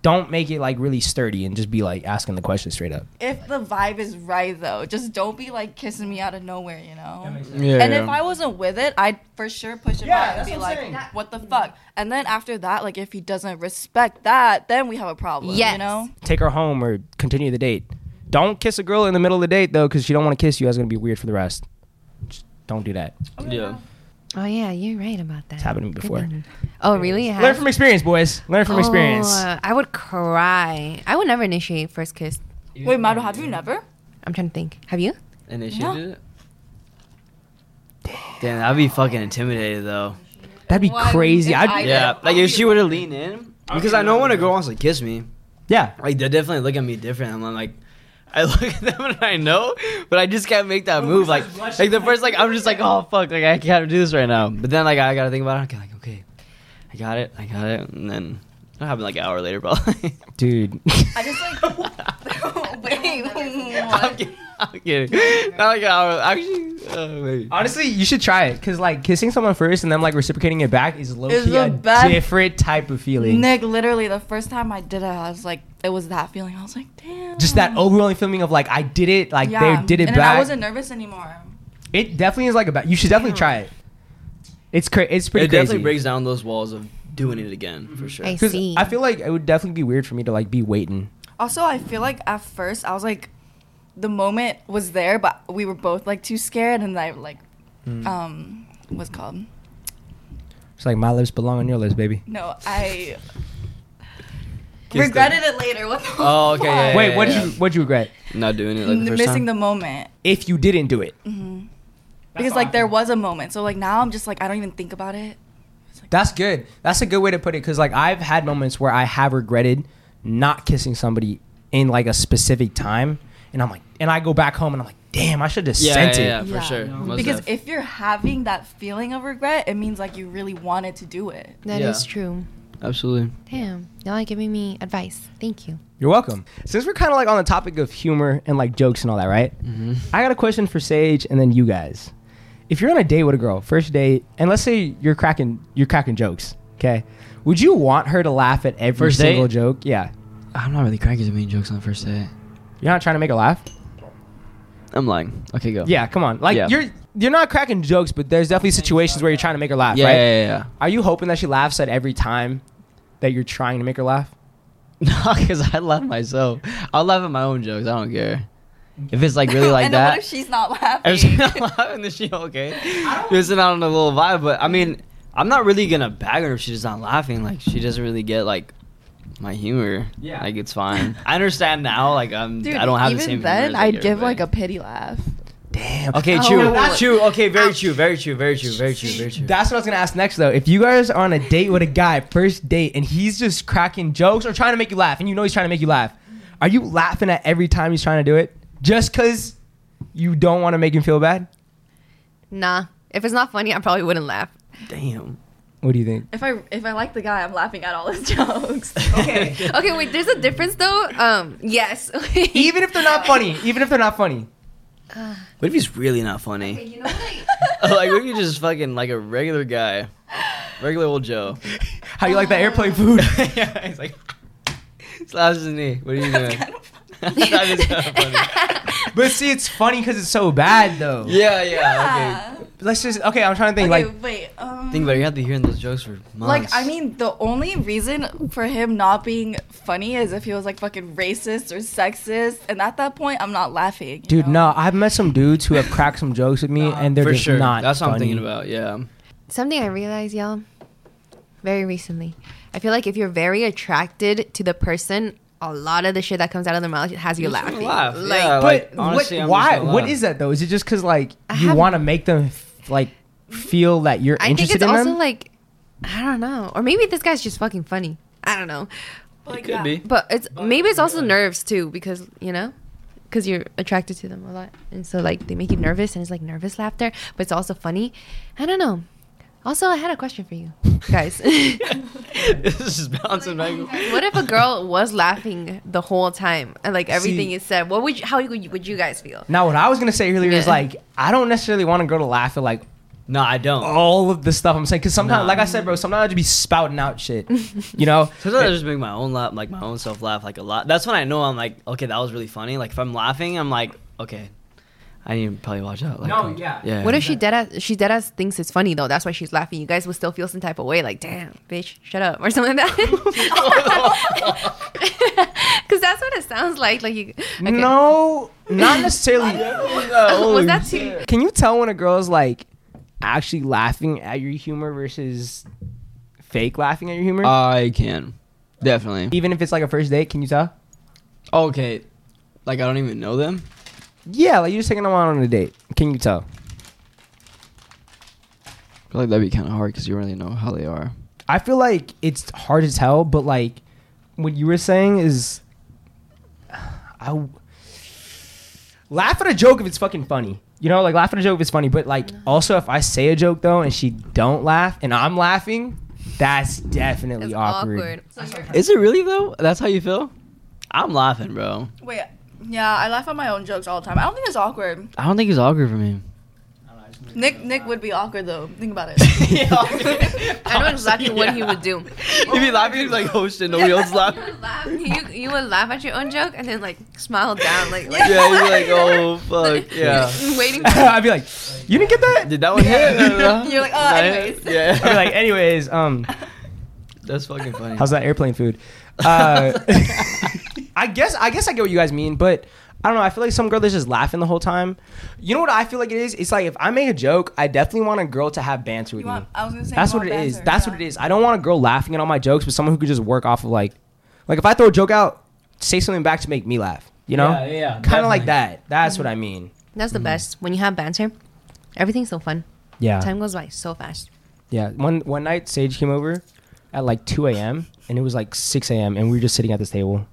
S1: Don't make it like really sturdy and just be like asking the question straight up.
S5: If the vibe is right though, just don't be like kissing me out of nowhere, you know.
S2: Yeah.
S5: And if I wasn't with it, I'd for sure push it
S1: Yeah,
S5: back and
S1: that's
S5: be
S1: what
S5: like,
S1: I'm saying.
S5: what the fuck? And then after that, like if he doesn't respect that, then we have a problem.
S3: Yes.
S5: You know?
S1: Take her home or continue the date. Don't kiss a girl in the middle of the date though, because she don't want to kiss you. That's gonna be weird for the rest. Just don't do that.
S2: yeah.
S3: Oh, yeah, you're right about that.
S1: It's happened to me before.
S3: Oh, really? It
S1: Learn
S3: has?
S1: from experience, boys. Learn from experience.
S5: uh,
S3: Oh, I would cry. I would never initiate first kiss.
S5: Wait, Mado, have you never?
S3: I'm trying to think. Have you?
S2: And they
S5: Yeah.
S2: did it. Damn, I'd be fucking intimidated though.
S1: That'd be
S5: Why-
S1: crazy.
S5: if
S1: I'd,
S5: I-
S2: Yeah,
S5: know.
S2: like if she were to lean in, because I know when a girl wants to kiss me,
S1: yeah.
S2: like they definitely look at me different. I'm like, I look at them and I know, but I just can't make that move. Like, like the first, like I'm just like, oh fuck, like I can't do this right now. But then like I gotta think about it. I'm like, okay, I got it, I got it, and then it happened like an hour later probably.
S1: Dude.
S5: I just like
S2: I'm
S5: wait. what?
S2: kidding. I'm kidding. Not like an hour. Actually, uh, maybe.
S1: Honestly, you should try it because like kissing someone first and then like reciprocating it back is low
S5: Is
S1: key
S5: the
S1: a
S5: best-
S1: different type of feeling.
S5: Nick, literally the first time I did it, I was like, it was that feeling. I was like, damn.
S1: Just that overwhelming feeling of like I did it, like they did it
S5: and then
S1: back.
S5: I wasn't nervous anymore.
S1: it definitely is like about. You should definitely try it. It's cra- It's pretty
S2: It
S1: crazy.
S2: definitely breaks down those walls of doing it again for sure.
S3: I
S1: 'Cause
S3: see.
S1: I feel like it would definitely be weird for me to like be waiting.
S5: Also, I feel like at first I was like, the moment was there, but we were both like too scared, and I like,
S2: Mm.
S5: um, what's it called?
S1: It's like my lips belong on your lips, baby.
S5: No, I
S2: Kissed
S5: regretted it later. What the
S2: Oh, okay, yeah,
S5: fuck?
S1: Wait, what did
S2: yeah.
S1: you what would you regret
S2: Not doing it like the
S5: N-
S2: first
S5: missing
S2: time.
S5: the moment
S1: if you didn't do it?
S5: because like there was a moment. So like now I'm just like I don't even think about it.
S1: That's good. That's a good way to put it because like I've had moments where I have regretted not kissing somebody in like a specific time, and I'm like, and I go back home and I'm like, damn, I should have
S2: yeah,
S1: sent
S2: yeah,
S1: it.
S2: yeah, for
S5: Yeah.
S2: sure. Most
S5: Because
S2: def.
S5: if you're having that feeling of regret, it means like you really wanted to do it.
S3: That is
S2: Yeah.
S3: true.
S2: absolutely.
S3: Damn. Y'all are giving me advice. Thank you.
S1: You're welcome. Since we're kind of like on the topic of humor and like jokes and all that, right?
S2: Mm-hmm.
S1: I got a question for Sage and then you guys. If you're on a date with a girl, first date, and let's say you're cracking you're cracking jokes, okay? Would you want her to laugh at every
S2: First
S1: single
S2: date?
S1: joke? Yeah.
S2: I'm not really cracking as many jokes on the first day.
S1: You're not trying to make her laugh?
S2: I'm lying. Okay, go.
S1: Yeah, come on. Like
S2: Yeah.
S1: you're you're not cracking jokes, but there's definitely situations where you're trying to make her laugh,
S2: Yeah,
S1: right?
S2: yeah, yeah,
S1: Are you hoping that she laughs at every time that you're trying to make her laugh?
S2: yeah. No, because I laugh myself. I'll laugh at my own jokes. I don't care. If it's like really like
S5: and
S2: that.
S5: then what if she's not laughing?
S2: If she's not laughing, then she okay. You're sitting out on a little vibe, but I mean, I'm not really gonna bag her if she's just not laughing. Like she doesn't really get like my humor.
S1: Yeah.
S2: like it's fine. I understand now. Like I'm,
S5: Dude,
S2: I don't have
S5: even
S2: the same. humor
S5: then,
S2: as,
S5: I'd give
S2: everybody.
S5: like a pity laugh.
S1: Damn.
S2: Okay,
S3: Oh.
S2: true,
S3: That's-
S2: true. Okay, very true, very true, very true, very true, very true.
S1: That's what I was gonna ask next though. If you guys are on a date with a guy, first date, and he's just cracking jokes or trying to make you laugh, and you know he's trying to make you laugh, are you laughing at every time he's trying to do it? Just cause you don't want to make him feel bad?
S3: Nah. If it's not funny, I probably wouldn't laugh.
S2: Damn.
S1: What do you think?
S5: If I if I like the guy, I'm laughing at all his jokes.
S1: Okay.
S3: Okay, wait. There's a difference though. Um, yes.
S1: even if they're not funny, even if they're not funny.
S2: What if he's really not funny?
S3: you know what?
S2: like, what if he's just fucking like a regular guy, regular old Joe?
S1: How you like that airplane food?
S2: yeah, he's like, slaps his knee. What are you doing? that is kind of funny.
S1: but see, it's funny because it's so bad though.
S2: Yeah, yeah. Okay.
S1: Let's just okay. I'm trying to think.
S5: okay,
S1: Like
S5: wait. Um,
S2: Think about it. You have to hear those jokes for
S5: like
S2: months.
S5: I mean, the only reason for him not being funny is if he was like fucking racist or sexist, and at that point, I'm not laughing. you
S1: Dude,
S5: know?
S1: no, I've met some dudes who have cracked some jokes with me, and they're
S2: for
S1: just
S2: sure.
S1: not.
S2: That's what I'm
S1: funny.
S2: thinking about. Yeah.
S3: Something I realized, y'all, very recently. I feel like if you're very attracted to the person, a lot of the shit that comes out of their mouth has you
S2: just wanna
S3: laughing.
S2: laugh,
S3: Like,
S2: yeah.
S1: But
S2: Like, honestly,
S1: what,
S2: I'm
S1: why?
S2: just gonna
S1: What
S2: laugh.
S1: is that though? Is it just because like
S3: I
S1: you
S3: have-
S1: want to make them like feel that you're
S3: I think
S1: interested
S3: it's
S1: in
S3: also
S1: them?
S3: like I don't know, or maybe this guy's just fucking funny. I don't know,
S2: it could be.
S3: but it's maybe it's also nerves too because you know, because you're attracted to them a lot, and so like they make you nervous, and it's like nervous laughter, but it's also funny. I don't know. Also, I had a question for you guys.
S2: this is bouncing back.
S3: what if a girl was laughing the whole time and like everything
S1: See-
S3: is said? What would you, how would you, would you guys feel?
S1: Now, what I was gonna say earlier is
S3: Yeah.
S1: like I don't necessarily want a girl to laugh at like
S2: No, I don't.
S1: all of the stuff I'm saying because sometimes,
S2: Nah.
S1: like I said, bro, sometimes I just be spouting out shit, you know.
S2: Sometimes I just make my own laugh, like my own self laugh, like a lot. That's when I know I'm like, okay, that was really funny. Like if I'm laughing, I'm like, okay, I need to probably watch out. Like,
S1: No,
S2: like,
S1: yeah.
S2: yeah.
S3: What if she dead ass she dead ass thinks it's funny though? That's why she's laughing. You guys would still feel some type of way, like damn, bitch, shut up or something like that. Because that's what it sounds like. Like you, okay.
S1: No, not necessarily.
S3: was that too?
S1: Can you tell when a girl's like actually laughing at your humor versus fake laughing at your humor?
S2: I can, definitely.
S1: Even if it's like a first date, can you tell?
S2: Okay, like I don't even know them.
S1: Yeah, like you're just taking them out on a date. Can you tell?
S2: I feel like that'd be kind of hard because you don't really know how they are.
S1: I feel like it's hard to tell, but like what you were saying is, I w- laugh at a joke if it's fucking funny. You know, like laugh at a joke if it's funny, but like also if I say a joke though and she don't laugh and I'm laughing, that's definitely
S3: It's
S1: awkward.
S3: awkward. So you're-
S2: Is it really though? That's how you feel? I'm laughing, bro.
S5: Wait, yeah, I laugh at my own jokes all the time. I don't think it's awkward.
S2: I don't think it's awkward for me.
S5: Nick Nick would be awkward though. Think about it.
S3: I know exactly what he would do.
S2: If you laughing, he's like, oh shit, nobody else laughing.
S3: You would laugh- You, you would laugh at your own joke and then like smile down, like, like
S2: Yeah, he's like, oh fuck, yeah.
S3: waiting. For-
S1: I'd be like, you didn't get that?
S2: Did that one hit?
S5: You're like, oh, anyways.
S2: Yeah.
S1: I'd be like, anyways, um,
S2: That's fucking funny.
S1: how's that airplane food? Uh, I guess I guess I get what you guys mean, but I don't know. I feel like some girl that's just laughing the whole time. You know what I feel like it is? It's like if I make a joke, I definitely want a girl to have banter with
S5: You want-
S1: me.
S5: I was gonna say
S1: That's
S5: you
S1: what it
S5: want
S1: is.
S5: banter,
S1: That's
S5: yeah.
S1: what it is. I don't want a girl laughing at all my jokes, but someone who could just work off of like, like if I throw a joke out, say something back to make me laugh. You know,
S2: Yeah, yeah,
S1: kind of like
S2: definitely.
S1: that. That's what I
S5: Mm-hmm.
S1: mean.
S3: That's
S2: Mm.
S3: the best when you have banter. Everything's so fun.
S1: Yeah.
S3: Time goes by so fast.
S1: Yeah. One one night, Sage came over at like 2 a.m. and it was like 6 a.m. and we were just sitting at this table,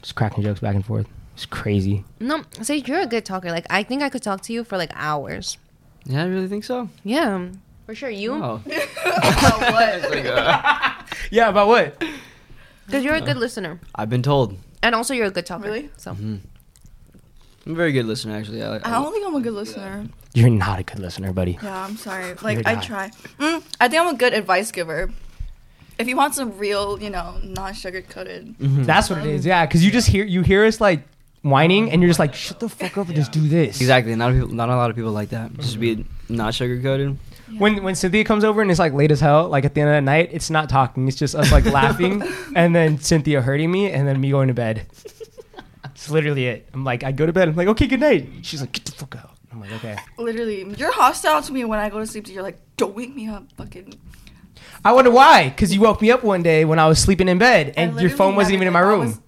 S1: just cracking jokes back and forth. It's crazy.
S3: No, so you're a good talker. Like I think I could talk to you for like hours.
S2: Yeah, I really think so.
S3: Yeah, for sure. You.
S2: Oh.
S1: Yeah. About what?
S3: Because you're a good listener.
S2: I've been told.
S3: And also, you're a good talker.
S5: Really?
S3: So,
S2: Mm-hmm. I'm a very good listener, actually. I,
S5: I don't think I'm a good listener.
S1: You're not a good listener, buddy.
S5: Yeah, I'm sorry. Like
S1: You're
S5: I
S1: not.
S5: try. Mm, I think I'm a good advice giver. If you want some real, you know, non sugar coated,
S1: Mm-hmm. That's what it is. Yeah. Because you just hear you hear us like whining and you're just like, shut the fuck up and just do this.
S2: exactly. Not a people, not a lot of people like that. Just be not sugar coated.
S1: When when Cynthia comes over and it's like late as hell, like at the end of the night, it's not talking. It's just us like laughing and then Cynthia hurting me and then me going to bed. It's literally it. I'm like, I go to bed. I'm like, okay, good night. She's like, get the fuck out. I'm like, okay.
S5: literally, you're hostile to me when I go to sleep. You're like, don't wake me up, fucking.
S1: I wonder why. Because you woke me up one day when I was sleeping in bed
S5: I
S1: and your
S5: literally
S1: phone wasn't
S5: never
S1: even in
S5: did.
S1: my
S5: That
S1: room.
S5: was-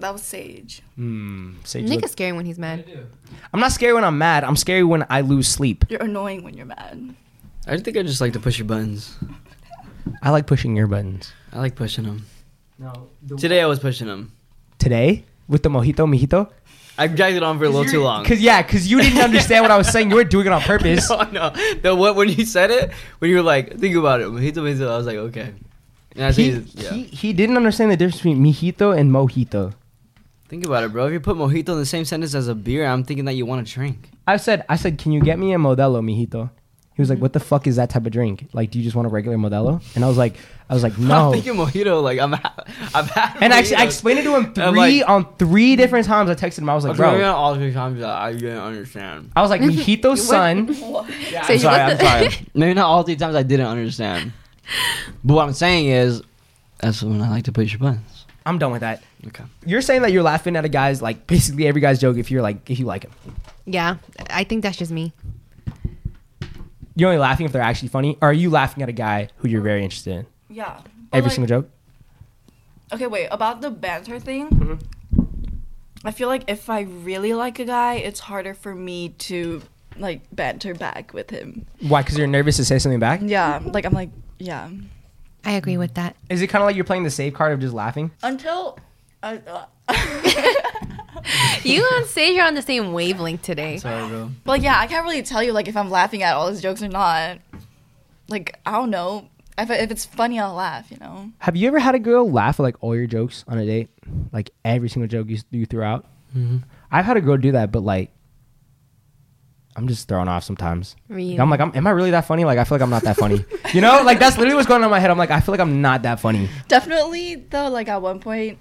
S5: That was sage.
S1: Hmm, Sage
S3: Nick
S1: look-
S3: is scary when he's mad.
S1: I'm not scary when I'm mad. I'm scary when I lose sleep.
S5: You're annoying when you're mad.
S2: I think I just like to push your buttons.
S1: I like pushing your buttons.
S2: I like pushing them. No. Today I was pushing them.
S1: Today, with the mojito, mijito?
S2: I dragged it on for a little too long.
S1: Because, yeah, because you didn't understand what I was saying. You were doing it on purpose.
S2: no, no. The what when you said it, when you were like, think about it, mojito, mojito, I was like, okay. And I
S1: He,
S2: think, yeah.
S1: he, he didn't understand the difference between mijito and mojito.
S2: think about it, bro. If you put mojito in the same sentence as a beer, I'm thinking that you want to drink.
S1: I said, I said, can you get me a Modelo, mijito? He
S5: Mm-hmm.
S1: was like, what the fuck is that type of drink? Like, do you just want a regular Modelo? And I was like, I was like,
S2: I'm
S1: no.
S2: thinking mojito, like I'm, ha- I've had.
S1: And I, I
S2: mojitos.
S1: explained it to him
S2: I'm
S1: three
S2: uh, like-
S1: on three different times. I texted him. I was like,
S2: Okay, maybe
S1: bro.
S2: not all three times. I I didn't understand.
S1: I was like, Mijito's son.
S3: so you look-
S2: Maybe not all three times I didn't understand. But what I'm saying is, that's when I like to push your buttons.
S1: I'm done with that.
S2: Okay.
S1: You're saying that you're laughing at a guy's like basically every guy's joke if you're like if you like him.
S3: yeah, I think that's just me.
S1: you're only laughing if they're actually funny. Or are you laughing at a guy who you're very interested in?
S5: Yeah. but,
S1: Every
S5: like-
S1: single joke.
S5: Okay, wait. About the banter thing,
S1: Mm-hmm.
S5: I feel like if I really like a guy, it's harder for me to like banter back with him.
S1: Why? Because you're nervous to say something back.
S5: Yeah, like I'm like, yeah.
S3: I agree with that.
S1: Is it kind of like you're playing the safe card of just laughing?
S5: Until. I, uh,
S3: You and Sage are on the same wavelength today.
S4: Sorry, bro.
S5: but yeah, I can't really tell you like if I'm laughing at all his jokes or not. Like I don't know. If, if it's funny, I'll laugh. You know.
S1: Have you ever had a girl laugh at like all your jokes on a date? Like every single joke you, you threw out? I've had a girl do that, but like, I'm just thrown off sometimes.
S3: Really?
S1: I'm like, I'm, am I really that funny? Like, I feel like I'm not that funny. you know, like that's literally what's going on in my head. I'm like, I feel like I'm not that funny.
S5: Definitely though, like at one point,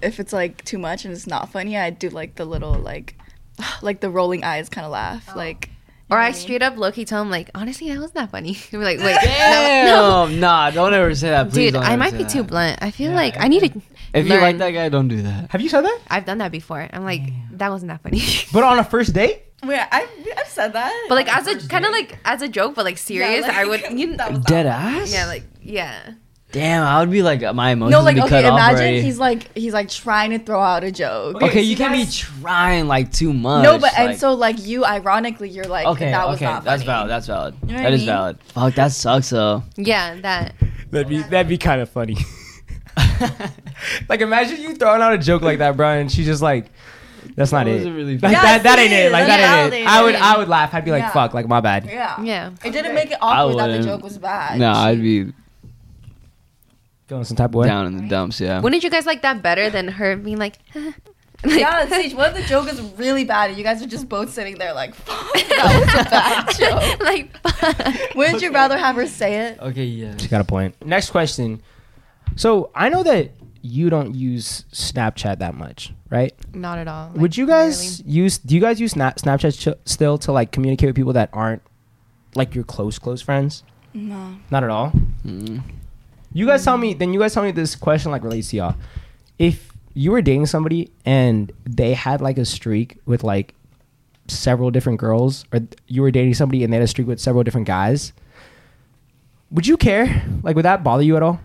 S5: if it's like too much and it's not funny, I do like the little like, like the rolling eyes kind of laugh. Like,
S3: Or I straight up low key tell him like, honestly, that was not funny. I'm like, wait,
S2: Damn,
S3: that was-
S2: nah, don't ever say that. Please
S3: dude,
S2: don't
S3: I
S2: ever
S3: might
S2: say
S3: be
S2: that.
S3: too blunt. I feel like I need to.
S2: If you
S3: learn.
S2: like that guy, don't do that.
S1: Have you said that?
S3: I've done that before. I'm like, that wasn't that funny.
S1: But on a first date?
S5: Wait, I I've said that.
S3: but like as a kind of like as a joke, but like serious, I would. You,
S5: that was
S2: Dead ass?
S3: yeah, like yeah.
S2: Damn, I would be like my emotions
S5: no,
S2: would
S5: like
S2: be
S5: okay,
S2: cut off already.
S5: imagine he's like he's like trying to throw out a joke.
S2: okay,
S1: See,
S2: you can't be
S1: guys-
S2: trying like too much.
S5: No, but and
S2: like-
S5: so like you, ironically, you're like
S2: okay,
S5: that was
S2: okay,
S5: not.
S2: that's
S5: funny.
S2: valid. That's valid. That is
S5: know what I mean?
S2: valid. Fuck, that sucks though.
S3: Yeah, that.
S1: That'd be that'd be kind of funny. like, imagine you throwing out a joke like that, bro, and she's just like, "That's not
S2: That
S1: it."
S2: wasn't really
S1: Like,
S2: funny.
S1: that, that
S5: That's
S1: ain't it.
S5: it.
S1: Like
S5: That's
S1: that ain't it.
S5: valid.
S1: I would I would laugh. I'd be like,
S5: Yeah.
S1: "Fuck!" Like my bad.
S5: Yeah.
S3: Yeah.
S5: It didn't make it awkward that the
S2: wouldn't.
S5: joke was bad.
S2: No, I'd be
S1: Feeling some type of way.
S2: down in the dumps. Yeah.
S3: Wouldn't you guys like that better than her being like,
S5: Yeah, Sage, what if the joke is really bad and you guys are just both sitting there like, fuck, that was a bad joke.
S3: like,
S5: Wouldn't you rather have her say it?
S2: okay, yeah.
S1: She got a point. Next question. So I know that you don't use Snapchat that much, right?
S3: not at all.
S1: Would you guys use? Do you guys use Snap, Snapchat ch- still to like communicate with people that aren't like your close close friends?
S5: No.
S1: Not at all.
S2: Mm.
S1: You guys tell me. Then you guys tell me this question like relates to y'all. If you were dating somebody and they had like a streak with like several different girls, or th- you were dating somebody and they had a streak with several different guys, would you care? Like, would that bother you at all?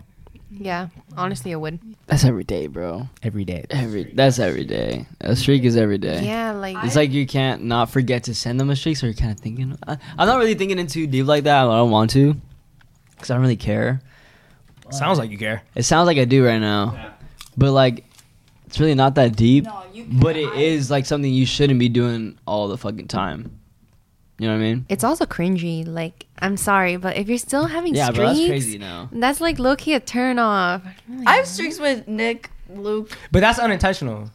S3: Yeah, honestly, it would.
S2: That's every day, bro.
S1: Every day.
S2: Every that's every day. A streak is every day.
S3: Yeah, like
S2: It's like you can't not forget to send them a streak, so you're kind of thinking. I, I'm not really thinking into deep like that. I don't want to, because I don't really care.
S1: Sounds like you care.
S2: It sounds like I do right now, but like, it's really not that deep.
S5: No, you
S2: But it is like something you shouldn't be doing all the fucking time. You know what I mean?
S3: it's also cringy. Like I'm sorry, but if you're still having
S2: Yeah,
S3: streaks,
S2: bro. That's crazy now.
S3: that's, like low key a turn off.
S5: I have streaks with Nick, Luke.
S1: But that's unintentional.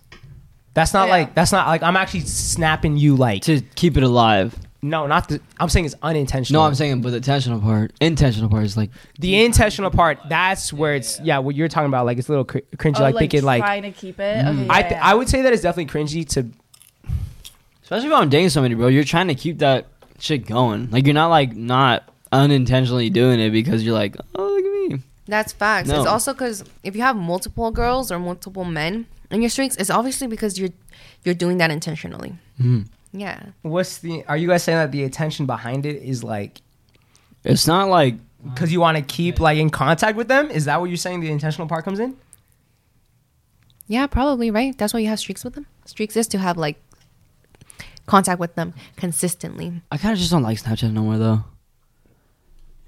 S1: That's not
S5: Yeah.
S1: like that's not like I'm actually snapping you like
S2: To keep it alive.
S1: no not the I'm saying it's unintentional.
S2: No, I'm saying, but the intentional part, intentional part is like,
S1: the intentional part. That's where it's yeah. What you're talking about like it's a little cr- cringy. like, thinking like Mm.
S5: trying to keep it. Okay,
S1: I
S5: yeah,
S1: th-
S5: Oh, yeah.
S1: I would say that it's definitely cringy to
S2: especially if I'm dating somebody, bro. You're trying to keep that shit going. Like you're not like not unintentionally doing it because you're like, oh look at me.
S3: That's facts.
S2: No.
S3: It's also because if you have multiple girls or multiple men in your streaks, it's obviously because you're you're doing that intentionally. Yeah,
S1: what's the are you guys saying that the attention behind it is like
S2: It's not like
S1: because you want to keep like in contact with them? Is that what you're saying? The intentional part comes in.
S3: yeah, probably right. That's why you have streaks with them. Streaks is to have like contact with them consistently.
S2: I kind of just don't like Snapchat no more though.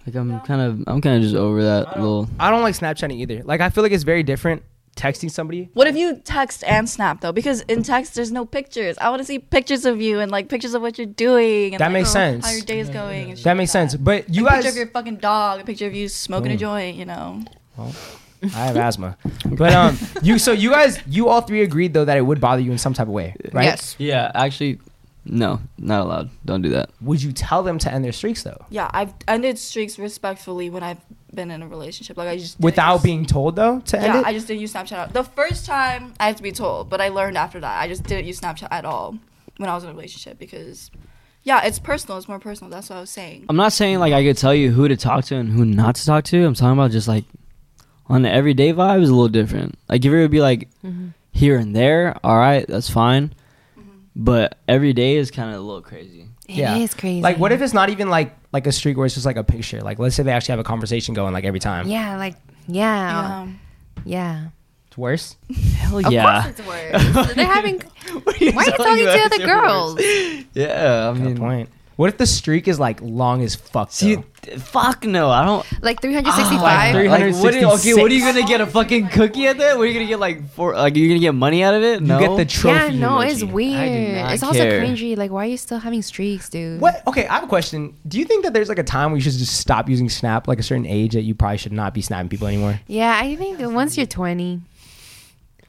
S2: Like I'm kind of I'm kind of just over that little.
S1: I don't like Snapchatting either. Like I feel like it's very different texting somebody.
S5: What if you text and snap though? Because in text there's no pictures. I want to see pictures of you and like pictures of what you're doing. And,
S1: That
S5: like,
S1: makes
S5: oh,
S1: sense.
S5: How your day is going. And shit
S1: That makes
S5: like
S1: sense. But you
S5: a picture of
S1: guys Mm.
S5: your fucking dog. A picture of you smoking a joint. You know.
S1: I have asthma. But um, you so you guys you all three agreed though that it would bother you in some type of way, right?
S3: Yes.
S2: Yeah, actually, no, not allowed. Don't do that.
S1: Would you tell them to end their streaks though,
S5: Yeah, I've ended streaks respectfully when I've been in a relationship. Like I just didn't
S1: without
S5: use-
S1: being told though to end
S5: Yeah,
S1: it?
S5: I just didn't use Snapchat. The first time I had to be told, but I learned after that. I just didn't use Snapchat at all when I was in a relationship because, yeah, it's personal. It's more personal. That's what I was saying.
S2: I'm not saying like I could tell you who to talk to and who not to talk to. I'm talking about just like on the everyday vibe is a little different. Like if it would be like
S3: Mm-hmm.
S2: here and there, all right, that's fine. But every day is kind of a little crazy.
S3: It is
S1: Yeah.
S3: crazy.
S1: like, what if it's not even like like a streak where it's just like a picture? Like let's say they actually have a conversation going like every time.
S3: Yeah, like yeah,
S5: Yeah.
S3: yeah.
S1: It's worse.
S2: Hell
S3: Of
S2: yeah.
S3: course it's worse. They're having.
S2: What are
S3: Why are you
S2: telling
S3: talking to
S2: about
S3: other
S2: your words? Yeah, I
S1: Good
S2: mean,
S1: point. What if the streak is like long as fuck?
S2: see,
S1: though?
S2: th- fuck no, I don't. Like,
S3: Like 365.
S1: three-
S2: like, what are you, okay,
S1: 366.
S2: what are you gonna get a fucking cookie at that? What are you gonna get like for? Like, you're gonna get money out of it?
S1: you
S2: No.
S1: get the trophy.
S3: yeah, no,
S1: emoji.
S3: it's weird.
S2: not
S3: It's also
S2: care.
S3: cringy. Like, why are you still having streaks, dude?
S1: What? Okay, I have a question. Do you think that there's like a time where you should just stop using Snap, like a certain age that you probably should not be snapping people anymore?
S3: Yeah, I think once you're 20.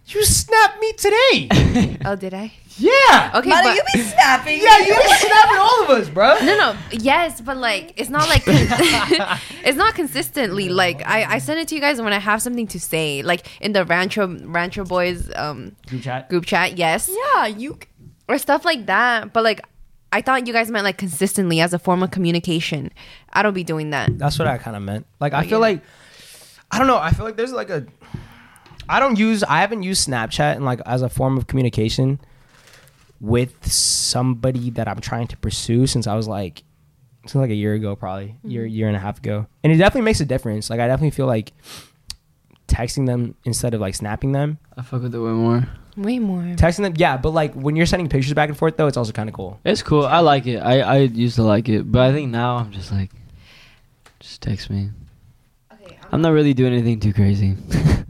S1: You snapped me today.
S3: Oh, did I?
S1: yeah.
S3: Okay,
S5: Mother,
S3: but
S5: you be snapping.
S1: Yeah, you were snapping all of us, bro.
S3: no, no, yes, but like it's not like it's not consistently. Like I, I send it to you guys when I have something to say, like in the Rancho Rancho Boys um
S1: Group chat.
S3: group chat. Yes,
S5: Yeah, you.
S3: or stuff like that. But like, I thought you guys meant like consistently as a form of communication. I don't be doing that.
S1: That's what I kind of meant. Like, I feel like, I don't know. I feel like there's like a, I don't use, I haven't used Snapchat and like as a form of communication with somebody that I'm trying to pursue since I was like, since like a year ago, probably year, year and a half ago. And it definitely makes a difference. Like, I definitely feel like texting them instead of like snapping them,
S2: I fuck with it way more.
S3: Way more.
S1: texting them. Yeah. But like when you're sending pictures back and forth though, it's also kind of cool.
S2: It's cool. I like it. I I used to like it, but I think now I'm just like, just text me. I'm not really doing anything too crazy.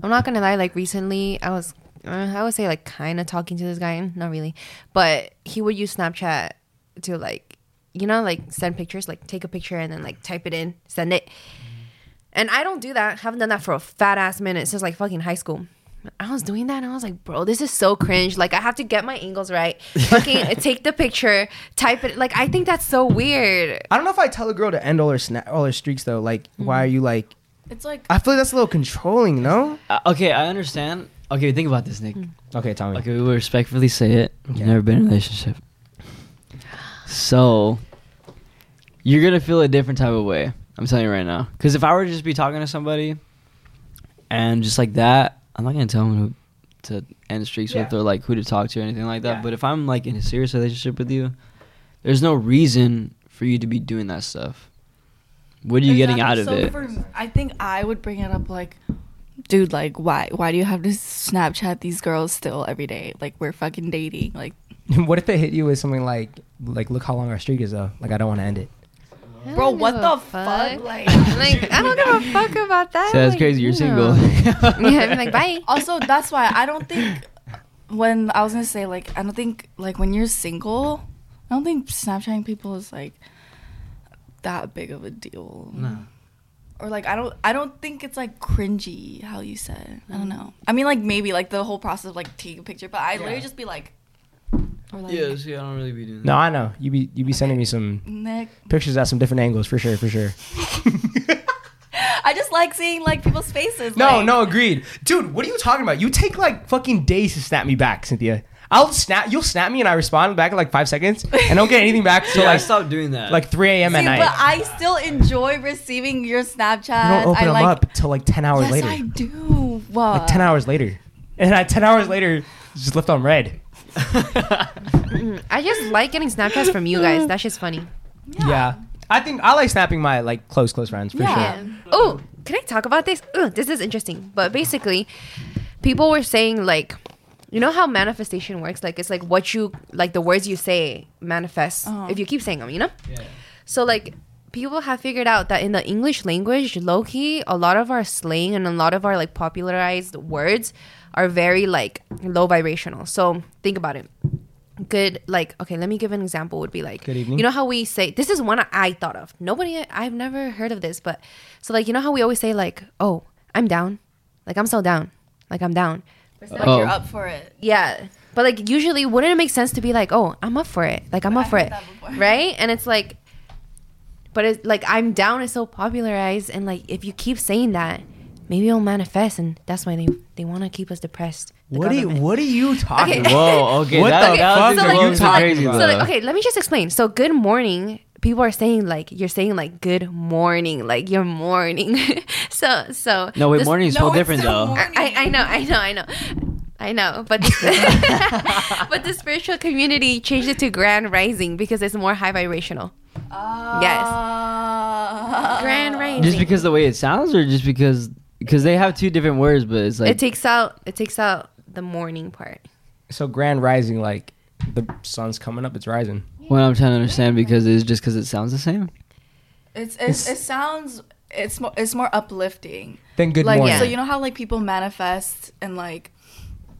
S3: I'm not gonna lie. Like recently, I was, uh, I would say like kind of talking to this guy, mm, not really, but he would use Snapchat to like, you know, like send pictures, like take a picture and then like type it in, send it.
S5: Mm-hmm.
S3: And I don't do that. Haven't done that for a fat ass minute since like fucking high school. I was doing that and I was like, bro, this is so cringe. Like I have to get my angles right. Fucking take the picture, type it. Like I think that's so weird.
S1: I don't know if I tell a girl to end all her snap, all her streaks though. Like, why are you like?
S5: It's like
S1: I feel like that's a little controlling, no?
S2: Uh, okay, I understand. Okay, think about this, Nick.
S1: Okay, tell me.
S2: Okay, we will respectfully say it. You've
S1: Yeah.
S2: never been in a relationship. So, you're going to feel a different type of way. I'm telling you right now. Because if I were to just be talking to somebody and just like that, I'm not going to tell them who to end streaks with
S1: Yeah.
S2: or like who to talk to or anything like that.
S1: Yeah.
S2: But if I'm like in a serious relationship with you, there's no reason for you to be doing that stuff. What are you getting out
S5: Exactly.
S2: of
S5: so
S2: it?
S5: For, I think I would bring it up like, dude, like why why do you have to Snapchat these girls still every day? Like we're fucking dating. Like
S1: what if they hit you with something like, like, look how long our streak is though. Like, I don't want to end it.
S5: bro,
S3: don't
S5: what
S3: give
S5: the
S3: a
S5: fuck?
S3: fuck.
S5: Like
S3: Like I don't give a fuck about that.
S2: So that's
S3: Like,
S2: crazy. You're
S3: you
S2: single.
S3: know. yeah, I'm like bye.
S5: also that's why I don't think when I was gonna say like I don't think like when you're single, I don't think Snapchatting people is like that big of a deal.
S2: No.
S5: Or like I don't I don't think it's like cringy how you said. I
S1: Mm.
S5: don't know. I mean like maybe like the whole process of like taking a picture, but I literally just be like or like
S2: yeah, see, I don't really be doing
S1: No, I know. You be you be sending me some
S5: Nick
S1: pictures at some different angles for sure, for sure.
S5: I just like seeing like people's faces.
S1: No,
S5: like-
S1: no, agreed, dude. What are you talking about? You take like fucking days to snap me back, Cynthia. I'll snap. You'll snap me, and I respond back in like five seconds, and don't get anything back till
S2: Yeah, I
S1: like
S2: stopped doing that.
S1: like 3 a.m.
S5: See,
S1: at night.
S5: but I still enjoy receiving your Snapchat.
S1: you don't open
S5: I
S1: them
S5: like,
S1: up till like 10 hours
S5: Yes,
S1: later.
S5: I do. Well,
S1: like 10 hours later. And I 10 hours later just left on red.
S3: I just like getting Snapchats from you guys. That shit's funny.
S1: Yeah. I think I like snapping my like close close friends for
S5: Yeah.
S1: sure.
S3: Oh, can I talk about this? Ugh, this is interesting. But basically, people were saying like, you know how manifestation works? Like it's like what you like the words you say manifest
S5: Uh-huh.
S3: if you keep saying them. You know. So like. People have figured out that in the English language, low key, a lot of our slang and a lot of our like popularized words are very like low vibrational. So think about it. good like okay let me give an example would be like
S1: Good evening.
S3: you know how we say this is one i thought of nobody i've never heard of this but so like you know how we always say like oh i'm down like i'm so down like i'm down
S5: like
S2: Oh.
S5: you're up for it.
S3: yeah but like usually wouldn't it make sense to be like oh i'm up for it like i'm up
S5: I've
S3: for
S5: heard
S3: it
S5: that before.
S3: right and it's like but it's like i'm down is so popularized and like if you keep saying that maybe it'll manifest and that's why they they want to keep us depressed the
S1: What are you
S3: government.
S1: what are you talking
S3: Okay.
S1: about?
S2: Whoa, okay,
S1: What
S2: that,
S1: the
S2: that was
S1: fuck are
S2: just
S1: you
S2: a little
S1: talking
S2: crazy
S1: about?
S2: though.
S3: So like, okay, let me just explain. So good morning. People are saying like you're saying like good morning, like you're morning. so so
S2: No, wait,
S3: this-
S2: morning is
S5: No,
S2: so
S5: it's
S2: different
S5: the
S2: though.
S5: morning.
S3: I, I know, I know, I know. I know, but but the spiritual community changed it to grand rising because it's more high vibrational.
S5: Ah.
S3: Grand Rain.
S2: Just because the way it sounds, or just because because they have two different words, but it's like
S3: it takes out it takes out the morning part.
S1: So grand rising, like the sun's coming up, it's rising.
S2: what I'm trying to understand because it's just because it sounds the same.
S5: It's, it's it sounds it's more it's more uplifting.
S1: Then good
S5: like
S1: morning.
S5: so you know how like people manifest and like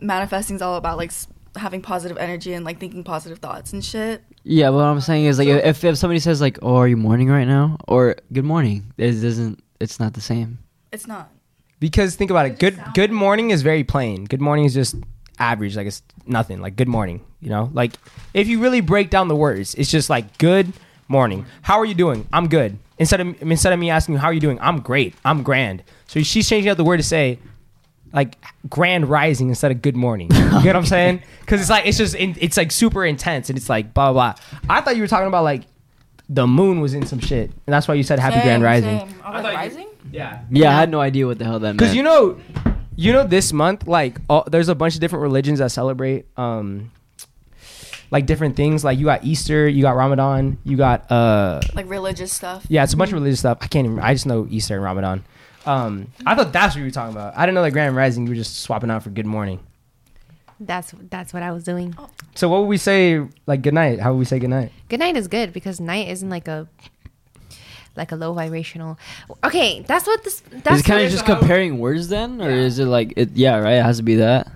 S5: manifesting's all about like s- having positive energy and like thinking positive thoughts and shit.
S2: Yeah, what I'm saying is like if if somebody says like, "Oh, are you morning right now?" or "Good morning," it doesn't. It's not the same.
S5: It's not.
S1: Because think about it, good good morning is very plain. Good morning is just average, like it's nothing. Like good morning, you know. Like if you really break down the words, it's just like good morning. How are you doing? I'm good. Instead of instead of me asking you how are you doing, I'm great. I'm grand. So she's changing out the word to say like grand rising instead of good morning. You get what I'm saying? Because it's like it's just in, it's like super intense and it's like blah blah. blah. I thought you were talking about like the moon was in some shit, and that's why you said happy grand rising.
S5: rising?
S1: Yeah.
S2: Yeah, I had no idea what the hell that meant.
S1: Because you know, you know, this month, like, all, there's a bunch of different religions that celebrate, um, like different things. Like, you got Easter, you got Ramadan, you got, uh,
S5: Like religious stuff.
S1: yeah, it's a bunch of religious stuff. I can't even. I just know Easter and Ramadan. Um, I thought that's what you were talking about. I didn't know that Grand Rising. You were just swapping out for Good Morning.
S3: That's that's what I was doing.
S1: So what would we say? Like Good Night. How would we say Good Night?
S3: Good night is good because night isn't like a like a low vibrational. Okay, that's what this. That's
S2: is it kind of
S3: what-
S2: just comparing words then, or is it like it? Yeah, right. It has to be that.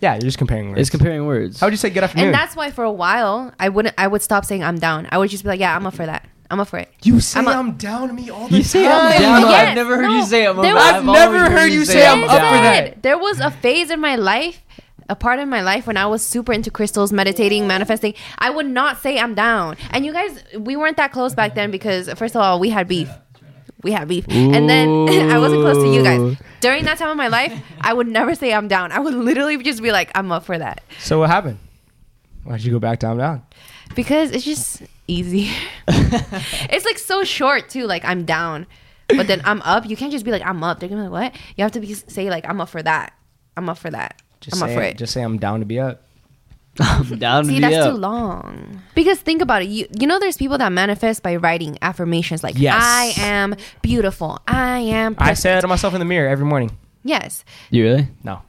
S1: Yeah, you're just comparing words.
S2: It's comparing words.
S1: How would you say Good Afternoon?
S3: and that's why for a while I wouldn't. I would stop saying I'm down. I would just be like, yeah, I'm up for that. I'm up for it.
S1: you say
S3: I'm
S1: I'm,
S3: a-
S1: down to me all the
S2: You say
S1: time.
S2: I'm down.
S3: Yes,
S2: I've never heard
S3: no,
S2: you say I'm.
S3: there
S2: I've
S3: was-
S2: always
S1: Never heard you say I'm
S3: Yes,
S1: up for
S3: I
S1: that.
S3: did. There was a phase in my life, a part in my life when I was super into crystals, meditating, manifesting. I would not say I'm down. And you guys, we weren't that close back then because first of all, we had beef. We had beef. And then I wasn't close to you guys.
S2: Ooh.
S3: During that time of my life, I would never say I'm down. I would literally just be like, I'm up for that.
S1: So what happened? Why'd you go back down down?
S3: Because it's just easy. it's like so short too, like I'm down. But then I'm up. You can't just be like, I'm up. They're gonna be like, what? You have to be say like I'm up for that. I'm up for that.
S1: Just
S3: I'm
S1: say,
S3: up for it.
S1: Just say I'm down to be up.
S2: I'm down
S3: See,
S2: to
S3: that's
S2: be
S3: too
S2: up.
S3: long. Because think about it. You you know there's people that manifest by writing affirmations like
S1: Yes.
S3: I am beautiful. I am
S1: I
S3: perfect."
S1: say that to myself in the mirror every morning.
S3: Yes.
S2: You really?
S1: No.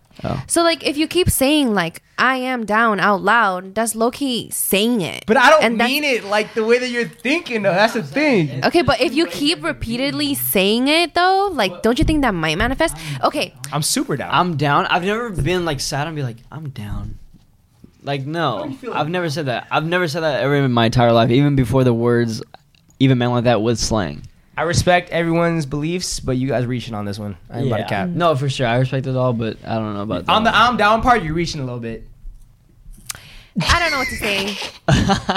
S3: So like if you keep saying like I am down out loud, that's low key saying it.
S1: But I don't
S3: And that's-
S1: mean it like the way that you're thinking though. That's the thing.
S3: Okay, but if you keep repeatedly saying it though, like don't you think that might manifest? Okay,
S1: I'm super down.
S2: I'm down. I've never been like sad and be like, I'm down. Like no, I've never said that. I've never said that ever in my entire life, even before the words, even meant like that was slang.
S1: I respect everyone's beliefs, but you guys reaching on this one. I ain't about to cap.
S2: No, for sure. I respect it all, but I don't know about that.
S1: On the I'm down part, you're reaching a little bit.
S3: I don't know what to say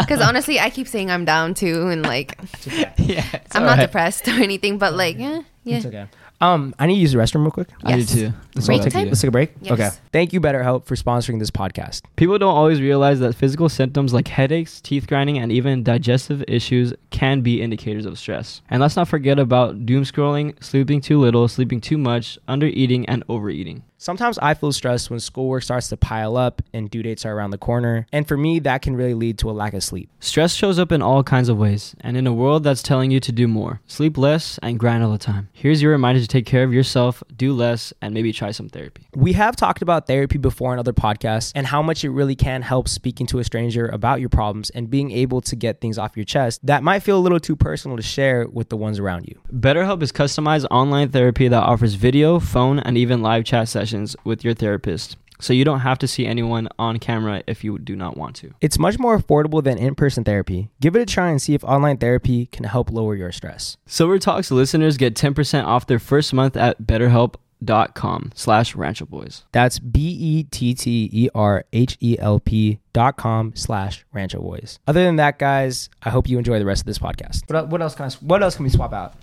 S3: because honestly, I keep saying I'm down too, and like
S2: yeah, it's
S3: I'm
S2: all
S3: not
S2: right.
S3: depressed or anything, but like yeah, yeah.
S1: It's okay. Um, I need to use the restroom real quick.
S2: I do
S3: Yes.
S2: too.
S1: Let's,
S3: Break
S1: all take,
S3: time?
S1: let's take a break.
S3: Yes.
S1: Okay. Thank you, BetterHelp, for sponsoring this podcast.
S2: People don't always realize that physical symptoms like headaches, teeth grinding, and even digestive issues can be indicators of stress. And let's not forget about doom scrolling, sleeping too little, sleeping too much, under eating, and overeating.
S1: Sometimes I feel stressed when schoolwork starts to pile up and due dates are around the corner. And for me, that can really lead to a lack of sleep.
S2: Stress shows up in all kinds of ways, and in a world that's telling you to do more, sleep less, and grind all the time. Here's your reminder to take care of yourself, do less, and maybe try some therapy.
S1: We have talked about therapy before in other podcasts and how much it really can help speaking to a stranger about your problems and being able to get things off your chest that might feel a little too personal to share with the ones around you.
S2: BetterHelp is customized online therapy that offers video, phone, and even live chat sessions with your therapist, so you don't have to see anyone on camera if you do not want to.
S1: It's much more affordable than in person therapy. Give it a try and see if online therapy can help lower your stress.
S2: Sober Talks listeners get 10% off their first month at betterhelp.com slash Rancho Boys.
S1: That's B E T T E R H E L P dot com slash Rancho Boys. Other than that, guys, I hope you enjoy the rest of this podcast. What, el- what else can I, s- what else can we swap out?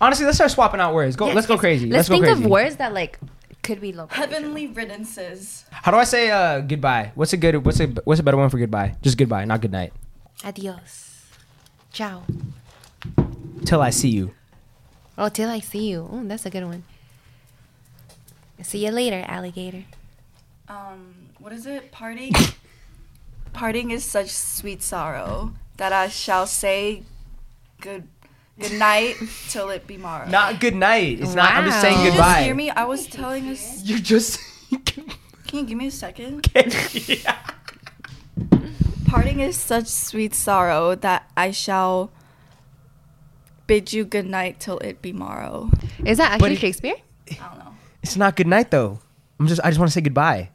S1: Honestly, let's start swapping out words. Go,
S3: Yes,
S1: let's go
S3: yes.
S1: crazy. Let's,
S3: Let's,
S1: go
S3: think
S1: crazy.
S3: of words that like could be low.
S5: Heavenly riddances.
S1: How do I say uh, goodbye? What's a good? What's a what's a better one for goodbye? Just goodbye, not good night.
S3: Adios, ciao.
S1: Till I see you.
S3: Oh, till I see you. Oh, that's a good one. See you later, alligator.
S5: Um, what is it? Parting. Parting is such sweet sorrow. that I shall say good good night till it be morrow.
S1: Not good night. It's not. I'm just saying
S5: Can you
S1: goodbye.
S5: just hear me? I was telling us.
S1: You're just.
S5: Can you give me a second? Parting is such sweet sorrow that I shall bid you good night till it be morrow.
S3: Is that
S1: But
S3: actually
S1: it-
S3: Shakespeare?
S5: I don't know.
S1: It's not good night though. I'm just. I just want to say goodbye.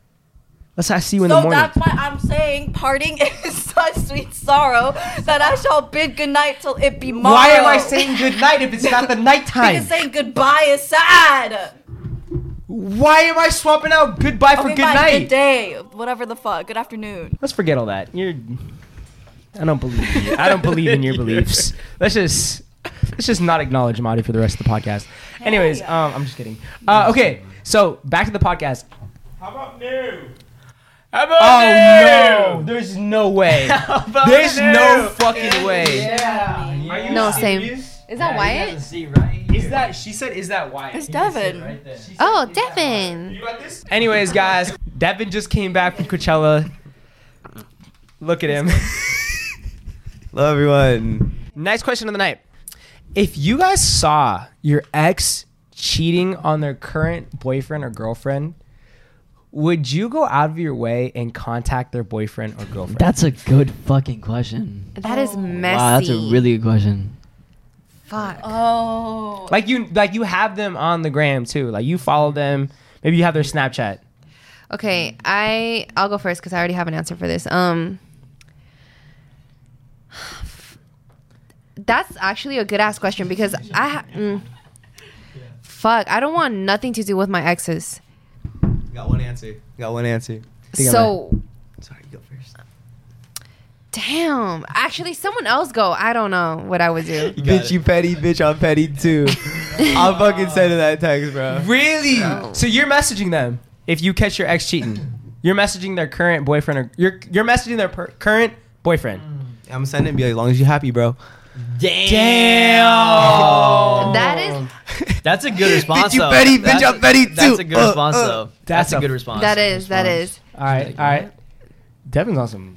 S1: Let's. I see you in the
S5: So
S1: morning.
S5: that's why I'm saying parting is such sweet sorrow that I shall bid good night till it be morrow.
S1: Why am I saying good night if it's not the nighttime?
S5: Because saying goodbye is sad.
S1: Why am I swapping out goodbye for
S5: Okay,
S1: good
S5: fine,
S1: night?
S5: Oh, Good day. Whatever the fuck. Good afternoon.
S1: Let's forget all that. You're. I don't believe in you. I don't believe in your beliefs. Let's just let's just not acknowledge Amadi for the rest of the podcast. Anyways, um, I'm just kidding. Uh, okay, so back to the podcast.
S2: How about
S1: Oh no! There's no way. There's no fucking way.
S4: Yeah. Are you
S3: No, same. Is that
S4: He
S3: Wyatt?
S4: doesn't see right
S1: Is that? She said, "Is that why?"
S5: It's Devin.
S4: right there.
S3: Oh, Devin.
S1: Anyways, guys, Devin just came back from Coachella. Look at him.
S6: Love everyone.
S1: Nice question of the night. If you guys saw your ex cheating on their current boyfriend or girlfriend, would you go out of your way and contact their boyfriend or girlfriend?
S2: That's a good fucking question.
S3: That is messy.
S2: Wow, that's a really good question.
S3: fuck.
S5: Oh.
S1: like you like you have them on the gram too. Like you follow them. Maybe you have their Snapchat.
S3: Okay, I I'll go first because I already have an answer for this. Um, that's actually a good ass question because I ha- mm. fuck I don't want nothing to do with my exes.
S6: Got one answer. Got one answer.
S1: Think I'm
S3: so
S6: Sorry, you go first.
S3: damn, actually someone else go. I don't know what I would do.
S6: bitch, you petty. Bitch, I'm petty too. I'm fucking sending that text, bro.
S1: Really? So you're messaging them if you catch your ex cheating. You're messaging their current boyfriend or you're you're messaging their per- current boyfriend.
S6: I'm sending. Be like, as long as you happy, bro.
S2: Damn.
S1: Damn.
S3: That is
S2: That's a good response.
S6: Bitch, you
S2: though.
S6: petty, bitch,
S2: That's
S6: I'm
S2: a-
S6: petty
S2: That's
S6: too.
S2: a good
S6: Uh,
S2: response,
S6: uh.
S2: though.
S1: That's
S2: That's, a
S1: a-
S2: good response.
S3: that is that
S2: Response.
S3: is
S1: All right, all right. Devin's on some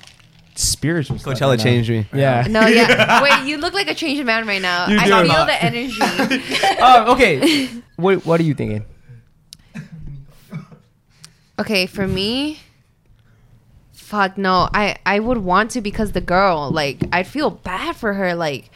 S1: spiritual stuff
S6: Coachella
S1: right now.
S6: changed me.
S1: Yeah.
S3: no yeah. Wait, you look like a changed man right now.
S1: You
S3: I
S1: do.
S3: feel the energy.
S1: Um, okay. What What are you thinking?
S3: Okay, for me, fuck no. I I would want to because the girl, like, I'd feel bad for her. Like,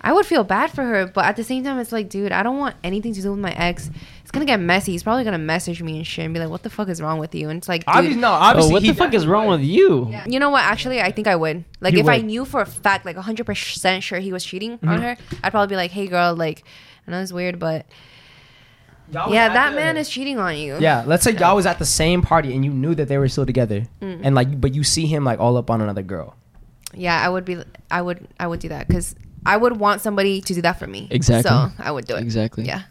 S3: I would feel bad for her, but at the same time, it's like, dude, I don't want anything to do with my ex. It's gonna get messy. He's probably gonna message me and shit and be like, "What the fuck is wrong with you?" And it's like, dude,
S1: Obviously, no.
S2: Oh,
S1: Obviously,
S2: what
S1: he-
S2: the fuck is wrong with you?
S3: you know what? Actually, I think I would. Like,
S1: You
S3: if I
S1: would. Mm-hmm.
S3: knew for a fact, like 100% sure he was cheating on her, I'd probably be like, hey, girl, like, I know it's weird, but
S1: Oh,
S3: yeah, that man is cheating on you.
S1: Yeah. Let's say y'all was at the same party and you knew that they were still together, and like, but you see him like all up on another girl.
S3: yeah i would be i would i would do that because i would want somebody to do that for me
S2: Exactly.
S3: so i would do it
S2: Exactly.
S3: yeah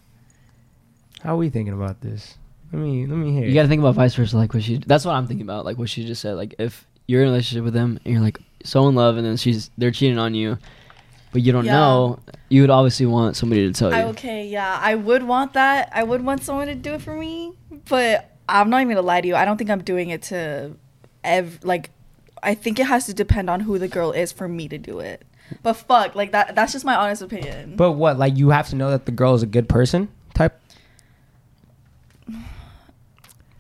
S1: How are we thinking about this? Let me Let me hear.
S2: You got to think about vice versa. Like what she. That's what I'm thinking about. Like what she just said. Like if you're in a relationship with them and you're like so in love, and then she's they're cheating on you, but you don't
S5: Yeah.
S2: know. You would obviously want somebody to tell
S5: I,
S2: you.
S5: okay, yeah, I would want that. I would want someone to do it for me, but I'm not even gonna lie to you. I don't think I'm doing it to, ev like, I think it has to depend on who the girl is for me to do it. But fuck, like that. That's just my honest opinion.
S1: but what? Like, you have to know that the girl is a good person type.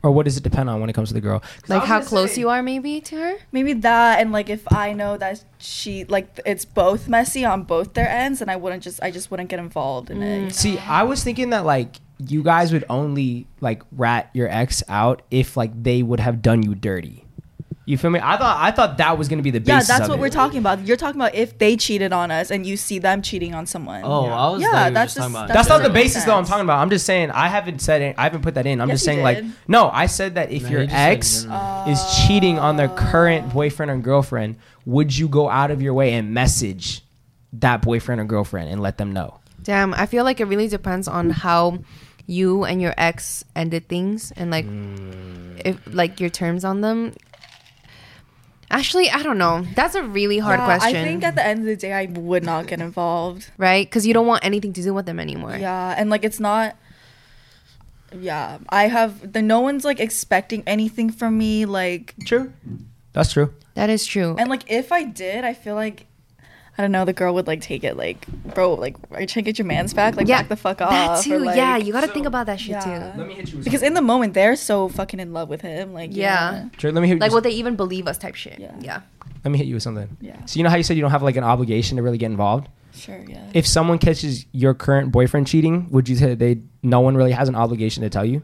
S1: Or what does it depend on when it comes to the girl?
S3: like how close you are maybe to her
S5: Maybe that, and like if I know that she, like, th- it's both messy on both their ends, and I wouldn't just, I just wouldn't get involved in
S3: Mm.
S5: it.
S1: See, I was thinking that like you guys would only like rat your ex out if like they would have done you dirty. You feel me? I thought I thought that was gonna be the
S5: Yeah,
S1: basis.
S5: that's
S1: of
S5: what
S1: it.
S5: we're talking about. You're talking about if they cheated on us and you see them cheating on someone.
S2: Oh, I was.
S5: Yeah,
S2: like,
S5: that's
S2: just talking
S5: just-
S2: about.
S1: That's not the
S5: Doesn't make
S1: basis though. I'm
S5: sense.
S1: talking about. I'm just saying I haven't said it. I haven't put that in. I'm
S5: Yes,
S1: just
S5: you
S1: saying like
S5: did.
S1: no. I said that if
S2: No,
S1: your
S2: you just said in
S1: ex
S2: general.
S1: is cheating on their current boyfriend or girlfriend, would you go out of your way and message that boyfriend or girlfriend and let them know?
S3: damn i feel like it really depends on how you and your ex ended things and like
S2: Mm.
S3: if like your terms on them actually i don't know that's a really hard
S5: Yeah,
S3: question
S5: I think at the end of the day, I would not get involved.
S3: right because you don't want anything to do with them anymore
S5: Yeah, and like it's not. Yeah, I have the no one's like expecting anything from me. Like
S1: True. That's true.
S3: That is true.
S5: And like if I did, I feel like I don't know, the girl would like take it like, bro, like are you trying to get your man's back? Like back the fuck off.
S3: That
S5: or,
S3: too.
S5: like-
S3: yeah, you gotta think
S1: So-
S3: about that shit
S5: Yeah.
S3: too.
S1: Let me hit you. With
S5: Because in the moment they're so fucking in love with him. Like you
S3: Yeah.
S5: know.
S1: Sure, let me hit.
S3: Like,
S1: you
S3: will they even believe us? Type shit.
S5: Yeah.
S3: Yeah.
S1: let me hit you with something.
S5: Yeah.
S1: So you know how you said you don't have like an obligation to really get involved.
S5: Sure, yeah.
S1: If someone catches your current boyfriend cheating, would you say they no one really has an obligation to tell you?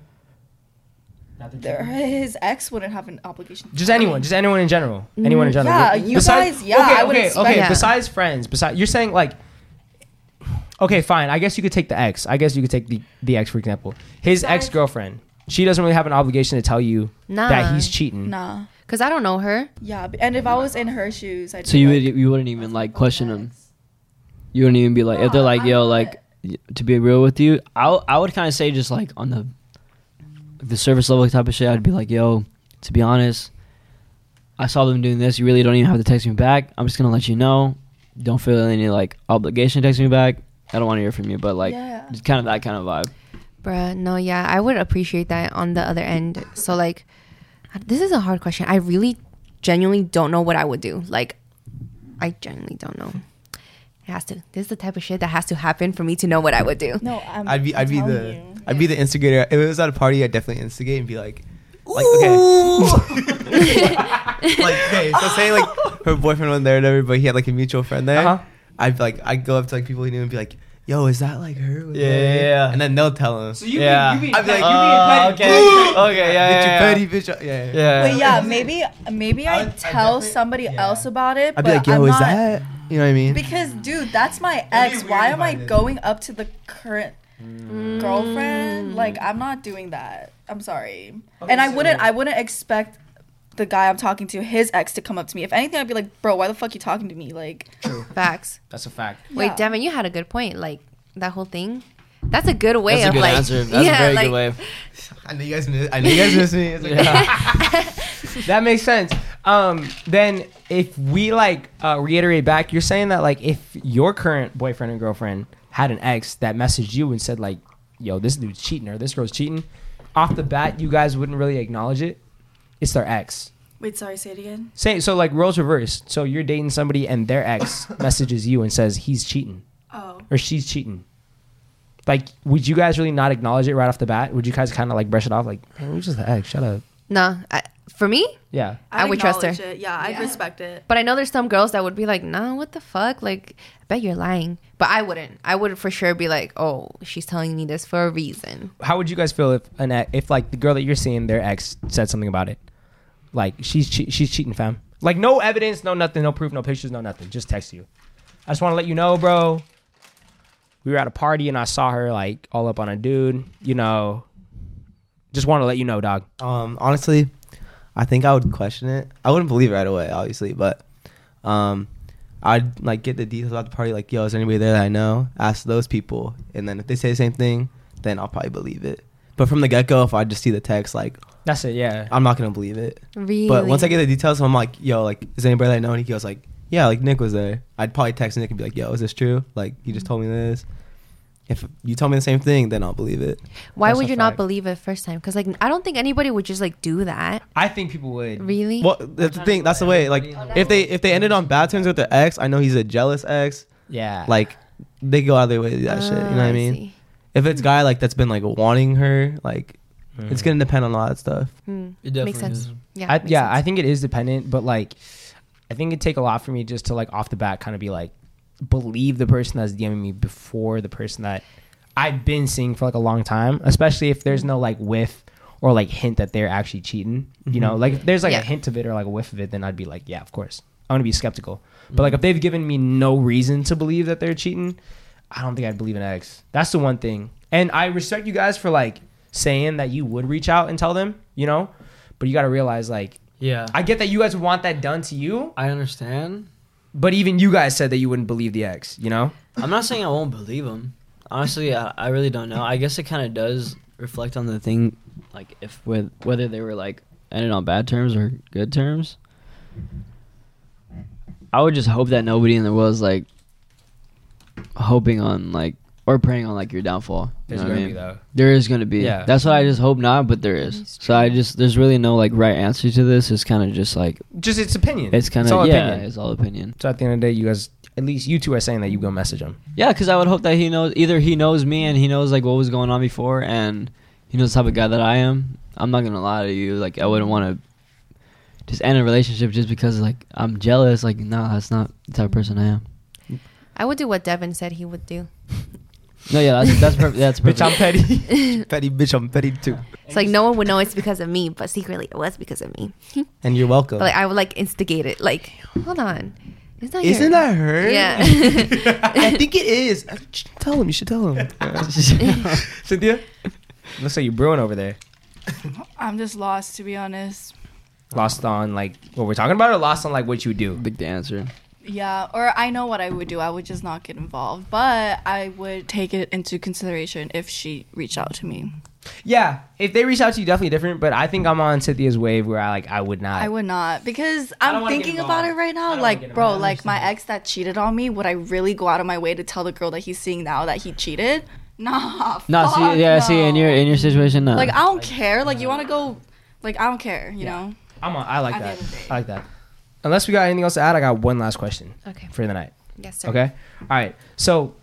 S4: Not that you-
S5: There, his ex wouldn't have an obligation.
S1: Just anyone, just anyone in general, anyone in general.
S5: Mm, Yeah, you guys- yeah,
S1: Okay,
S5: I would
S1: okay,
S5: expect
S1: okay.
S3: that.
S1: Besides friends, besides you're saying like, okay, fine. I guess you could take the ex. I guess you could take the the ex for example. His ex girlfriend. She doesn't really have an obligation to tell you that
S3: Nah.
S1: he's cheating.
S5: Nah.
S3: Cause I don't know her.
S5: Yeah, b- and if I was in her shoes, I'd
S2: So
S5: be
S2: you
S5: like,
S2: would you wouldn't even like question them. You wouldn't even be like if they're like yo like y- to be real with you, I w- I would kind of say just like on the the surface level type of shit. I'd be like yo, to be honest, I saw them doing this. You really don't even have to text me back. I'm just gonna let you know. Don't feel any like obligation to text me back. I don't want to hear from you, but like
S5: Yeah.
S2: just kind of that kind of vibe.
S3: Bruh, no, yeah, I would appreciate that on the other end. So like, this is a hard question. I really, genuinely don't know what I would do. Like, I genuinely don't know. It has to. This is the type of shit that has to happen for me to know what I would do.
S5: No, I'm,
S6: I'd be I'd be
S5: telling
S6: the
S5: you.
S6: I'd be the instigator. If it was at a party, I'd definitely instigate and be like, like okay, like okay. So say like her boyfriend wasn't there and everything, but he had like a mutual friend there.
S1: Uh-huh.
S6: I'd like I'd go up to like people he knew and be like, yo, is that like her?
S2: Yeah, yeah, yeah.
S6: And then they'll tell him.
S1: you
S2: Yeah.
S1: be,
S6: I'd be like,
S2: Uh, okay, okay, yeah,
S6: Bitch, you
S2: yeah,
S6: petty bitch. Yeah, yeah.
S2: yeah.
S5: But yeah, maybe maybe I,
S4: would- I'd
S5: tell
S4: definitely-
S5: somebody
S4: yeah.
S5: else about it.
S6: I'd
S5: but
S6: be like, yo,
S5: I'm
S6: is
S5: not,
S6: that? You know what I mean?
S5: Because dude, that's my ex.
S6: weird
S5: Why
S6: if
S5: am
S6: I
S5: I
S6: did.
S5: going up to the current Mm. girlfriend? Like I'm not doing that. I'm sorry. and I wouldn't I wouldn't expect the guy I'm talking to, his ex, to come up to me. If anything, I'd be like, bro, why the fuck you talking to me? Like
S3: Facts.
S1: That's a fact.
S3: Wait,
S5: Yeah.
S3: Devin, you had a good point. Like that whole thing. That's a good way
S2: That's a
S3: of
S2: good
S3: like.
S2: answer. That's a very
S3: like,
S2: good way. of-
S6: I know you guys miss. I know you guys miss me. It's like,
S1: That makes sense. Um, then if we like uh, reiterate back, you're saying that like if your current boyfriend and girlfriend had an ex that messaged you and said like, "Yo, this dude's cheating or this girl's cheating," off the bat, you guys wouldn't really acknowledge it. It's their ex.
S5: Wait, sorry, say it again.
S1: Say so like roles reversed. So you're dating somebody and their ex messages you and says he's cheating
S5: Oh.
S1: or she's cheating. Like, would you guys really not acknowledge it right off the bat? Would you guys kind of like brush it off like, "Man, we're just the ex. Shut up."
S3: Nah, I, for me.
S1: Yeah.
S3: I would Ah, trust her.
S5: It. Yeah, I'd respect it.
S3: But I know there's some girls that would be like, nah, what the fuck? Like, I bet you're lying. But I wouldn't. I would for sure be like, oh, she's telling me this for a reason.
S1: how would you guys feel if an ex, if like the girl that you're seeing their ex said something about it like she's che- she's cheating fam like no evidence no nothing no proof no pictures no nothing just text you i just want to let you know bro we were at a party and i saw her like all up on a dude you know just want to let you know dog
S6: Um, honestly, I think I would question it. I wouldn't believe it right away, obviously, but um, I'd like get the details about the party. Like, yo, is there anybody there that I know? Ask those people, and then if they say the same thing, then I'll probably believe it. But from the get go, if I just see the text, like,
S1: that's it yeah
S6: I'm not gonna believe it.
S3: Really?
S6: But once I get the details, I'm like, yo, like, is anybody that I know? And he goes like, yeah, like Nick was there. I'd probably text Nick and be like, yo, is this true? Like, you just told me this. If you tell me the same thing, then I'll believe it.
S3: Why
S1: That's
S3: would
S1: a
S3: you not
S1: fact.
S3: believe it first time? Because, like, I don't think anybody would just, like, do that.
S1: i think people would
S3: Really?
S6: Well, that's the thing. That's the way. Like, if they if they ended on bad terms with their ex, I know he's a jealous ex.
S1: yeah
S6: Like, they go out of their way to do that shit. You know what
S3: Ah,
S6: I mean? If it's guy like that's been like wanting her, like, it's gonna depend on a lot of stuff.
S2: It
S3: Makes sense. Yeah.
S1: I,
S3: makes
S1: yeah, I
S3: sense.
S1: think it is dependent, but like, I think it'd take a lot for me just to like off the bat kind of be like, believe the person that's DMing me before the person that I've been seeing for like a long time, especially if there's no like whiff or like hint that they're actually cheating. You know, like if there's like
S3: Yeah.
S1: a hint of it or like a whiff of it, then I'd be like, yeah, of course. I'm gonna be skeptical. But like if they've given me no reason to believe that they're cheating, I don't think I'd believe an ex. That's the one thing. And I respect you guys for like saying that you would reach out and tell them, you know? But you gotta realize like
S2: Yeah.
S1: I get that you guys would want that done to you,
S2: I understand.
S1: but even you guys said that you wouldn't believe the ex, you know?
S2: I'm not saying I won't believe him. Honestly, I, I really don't know. I guess it kind of does reflect on the thing, like if with whether they were like ended on bad terms or good terms. I would just hope that nobody in the world is like hoping on like or preying on like your downfall. You
S1: There's
S2: know what I
S1: gonna
S2: mean?
S1: be, though.
S2: There is gonna be.
S1: Yeah.
S2: That's why I just hope not, but there is. So I just there's really no like right answer to this. It's kind of just like
S1: Just its opinion.
S2: it's kind of
S1: all
S2: yeah,
S1: opinion.
S2: it's all opinion.
S1: So at the end of the day, you guys, at least you two, are saying that you go message him.
S2: Yeah, because I would hope that he knows either he knows me and he knows like what was going on before, and he knows the type of guy that I am. I'm not gonna lie to you. Like I wouldn't want to just end a relationship just because like I'm jealous. Like no, that's not the type of person I am.
S3: I would do what Devin said he would do.
S2: No, yeah, that's that's perfect. That's perfect.
S1: Bitch, I'm petty.
S6: petty bitch, I'm petty too.
S3: It's like no one would know it's because of me, but secretly it was because of me.
S6: And you're welcome.
S3: But like I would like instigate it. Like, hold on, it's not
S6: Isn't
S3: your-
S6: that her?
S3: Yeah.
S6: I think it is. Uh, sh- Tell him. You should tell him.
S1: Cynthia, looks like you're brewing over there.
S5: I'm just lost, to be honest.
S1: Lost on like what we're talking about, or lost on like what you do.
S2: Big answer.
S5: Yeah, or I know what I would do. I would just not get involved, but I would take it into consideration if she reached out to me.
S1: Yeah, if they reach out to you, definitely different. But I think I'm on Cynthia's wave where I like I would not.
S5: I would not because
S1: don't
S5: I'm
S1: wanna get
S5: thinking about it
S1: involved.
S5: right
S1: I
S5: now.
S1: don't wanna
S5: Like,
S1: get
S5: bro,
S1: involved. I
S5: like my ex that cheated on me, would I really go out of my way to tell the girl that he's seeing now that he cheated? Nah.
S2: No,
S5: fuck
S2: see, yeah, see, in
S5: no.
S2: your in your situation, no.
S5: like I don't care. Like you want to go, like I don't care. You know.
S1: I'm on. I like
S5: At the
S1: that.
S5: end of the day.
S1: I like that. Unless we got anything else to add, I got one last question
S3: Okay.
S1: for the night.
S3: Yes, sir.
S1: Okay. All right. So,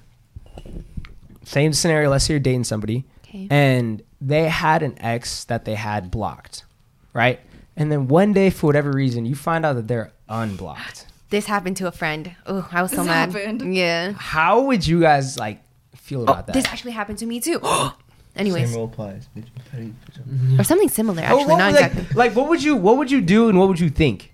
S1: same scenario. Let's say you're dating somebody,
S3: Okay.
S1: and they had an ex that they had blocked, right? And then one day, for whatever reason, you find out that they're unblocked.
S3: This happened to a friend. Oh, I was so
S5: This
S3: mad.
S5: happened.
S3: Yeah.
S1: How would you guys like feel about that?
S3: Oh, This actually happened to me too. Anyways,
S6: applies. Bitch, petty bitch.
S3: or something similar.
S1: Oh,
S3: Actually,
S1: what
S3: not
S1: would,
S3: exactly.
S1: like, like what would you what would you do and what would you think?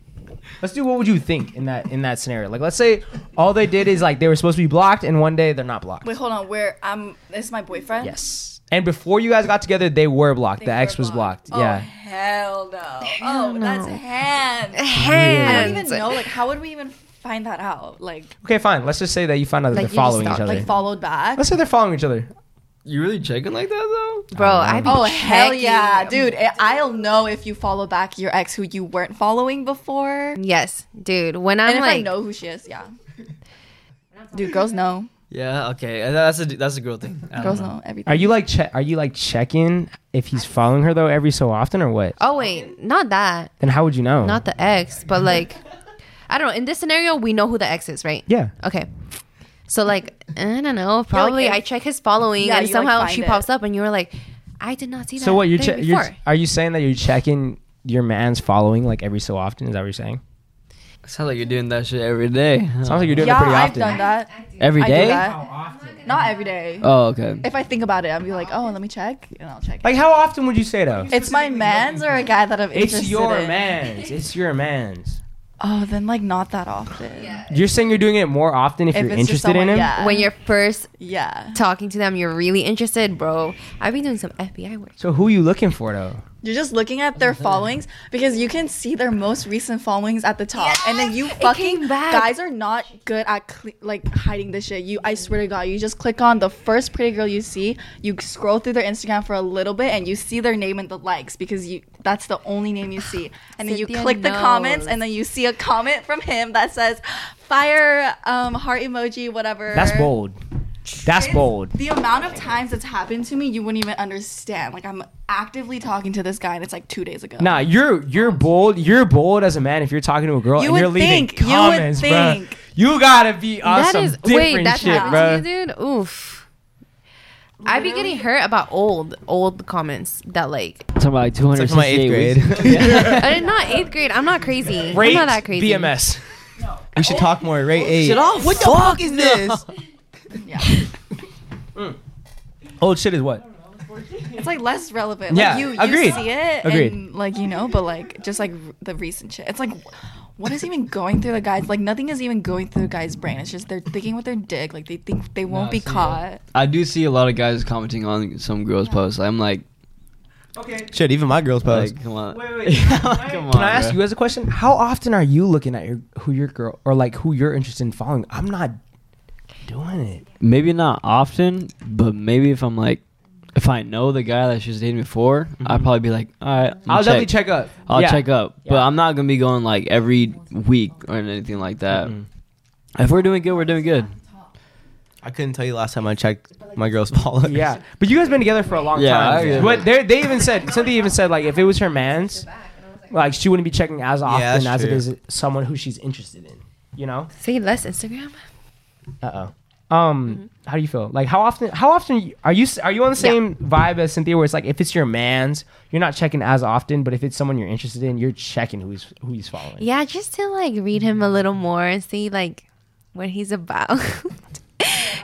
S1: Let's do what would you think in that in that scenario. Like let's say all they did is like they were supposed to be blocked and one day they're not blocked.
S5: Wait, hold on. Where I'm? This is my boyfriend.
S1: Yes. And before you guys got together, they were blocked.
S5: They
S1: the ex
S5: were
S1: was blocked.
S5: Oh,
S1: yeah.
S5: Hell no. oh, that's hands. I
S3: Hands.
S5: don't even know. Like, how would we even find that out? Like,
S1: Okay, fine. Let's just say that you find out that
S3: Like, you
S1: they're
S3: just
S1: following each
S3: stalked,
S1: other.
S5: like followed back.
S1: let's say they're following each other.
S2: you really checking like that though?
S3: Bro, I'd be
S5: Oh hell
S3: checking.
S5: yeah, dude! I- I'll know if you follow back your ex who you weren't following before, and
S3: Yes, dude. When I'm
S5: if
S3: like,
S5: I know who she is, yeah. Dude, girls know.
S2: Yeah. Okay. Uh, That's a that's a girl thing. I don't
S5: Girls
S2: know.
S5: know everything.
S1: Are you like che- are you like checking if he's following her though every so often or what?
S3: oh wait, not that,
S1: Then how would you know?
S3: not the ex, but like, I don't know. In this scenario, we know who the ex is, right?
S1: yeah.
S3: Okay. So like, I don't know. Probably
S5: if-
S3: I check his following,
S5: Yeah,
S3: and
S5: you, like,
S3: somehow
S5: find
S3: she
S5: it.
S3: pops up, and you were like, I did not see that.
S1: So what you're,
S3: there
S1: che- you're
S3: before."
S1: are you saying that you're checking your man's following like every so often? Is that what you're saying?
S2: Sounds like you're doing that shit every day.
S1: Sounds like you're doing
S5: yeah,
S1: it pretty
S5: I've
S1: often.
S5: done that.
S2: every
S5: I do
S2: day.
S5: that. Not every day.
S2: Oh, okay.
S5: If I think about it, I'll be like, oh, let me check, and I'll check. it.
S1: Like how often would you say though?
S5: it's my man's or a guy that I'm
S1: It's
S5: interested
S1: your
S5: in.
S1: man's. It's your man's.
S5: Oh, then like not that often. Yeah.
S1: You're saying you're doing it more often if,
S5: If
S1: you're
S5: it's just
S1: interested in
S5: someone-
S1: him.
S5: yeah.
S3: when you're first
S5: Yeah.
S3: talking to them, you're really interested, bro. I've been doing some FBI work.
S1: So who you looking for though?
S5: You're just looking at their followings because you can see their most recent followings at the top, and then you
S3: Yes, it
S5: fucking
S3: came back.
S5: guys are not good at cle- like hiding this shit. You, I swear to God, you just click on the first pretty girl you see, you scroll through their Instagram for a little bit, and you see their name in the likes because you that's the only name you see, and then you
S3: Cynthia
S5: click the comments,
S3: knows.
S5: and then you see a comment from him that says fire um, heart emoji whatever.
S1: That's bold. That's
S5: It's-
S1: bold.
S5: The amount of times it's happened to me, you wouldn't even understand. Like I'm actively talking to this guy, and it's like two days ago.
S1: Nah, you're you're bold. You're bold as a man if you're talking to a girl
S5: You
S1: and
S5: would
S1: you're leaving
S5: think, you would
S1: comments, bruh.
S5: think.
S1: You gotta be on
S3: That
S1: Ah, some
S3: is
S1: different
S3: wait, that's
S1: shit,
S3: happened
S1: bro.
S3: to you, dude. Oof. I'd be getting hurt about old, old comments that like
S2: Talking about like 268
S6: It's my eighth
S2: weeks.
S6: grade.
S3: I'm not eighth grade. I'm not crazy. I'm not that crazy.
S1: BMS.
S6: we should talk more. Rate eight.
S2: Shut up,
S6: What the
S2: fuck
S6: Oh, fuck is this?
S1: Old shit is what?
S5: it's like less relevant. Like,
S1: Yeah,
S5: you, you
S1: agreed.
S5: see it,
S1: Agreed.
S5: and like you know, but like just like r- the recent shit. It's like, what is even going through the guy's? Like nothing is even going through the guy's brain. It's just they're thinking with their dick. Like they think they won't
S2: Nah,
S5: be
S2: see that.
S5: caught.
S2: I do see a lot of guys commenting on some girls' posts. I'm like,
S1: Okay.
S6: Shit, even my girls post.
S2: like come on.
S1: Wait, wait, wait.
S2: come on.
S1: Can I ask
S2: bro.
S1: you as a question? How often are you looking at your who your girl or like who you're interested in following? I'm not doing it.
S2: Maybe not often, but maybe if I'm like, if I know the guy that she's dating before, I'd probably be like, all right,
S1: I'll definitely check up.
S2: I'll
S1: Yeah.
S2: check up, but
S1: Yeah.
S2: I'm not gonna be going like every week or anything like that. If we're doing good, we're doing good.
S6: I couldn't tell you last time I checked my girl's followers.
S1: Yeah, but you guys been together for a long
S2: Yeah, I
S1: time.
S2: get it.
S1: But they they even said Cynthia even said like if it was her man's, like she wouldn't be checking as often
S6: that's
S1: as it
S6: true.
S1: is someone who she's interested in. You know.
S3: Say less Instagram.
S1: Uh oh. Um, how do you feel? Like how often? How often you- are you s- are you on the
S3: Yeah.
S1: same vibe as Cynthia? Where it's like if it's your man's, you're not checking as often, but if it's someone you're interested in, you're checking who he's who he's following.
S3: Yeah, just to like read him a little more and see like what he's about.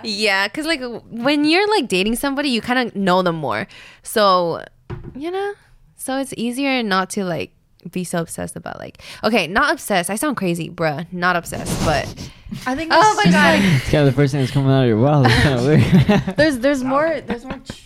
S3: yeah, because like when you're like dating somebody, you kind of know them more. So, you know, so it's easier not to like be so obsessed about like, okay, not obsessed. I sound crazy, bruh. Not obsessed, but
S5: I think.
S3: oh my
S5: there's-
S3: God.
S2: It's kind of the first thing that's coming out of your mouth. It's kind of weird.
S5: There's there's more there's more. Tr-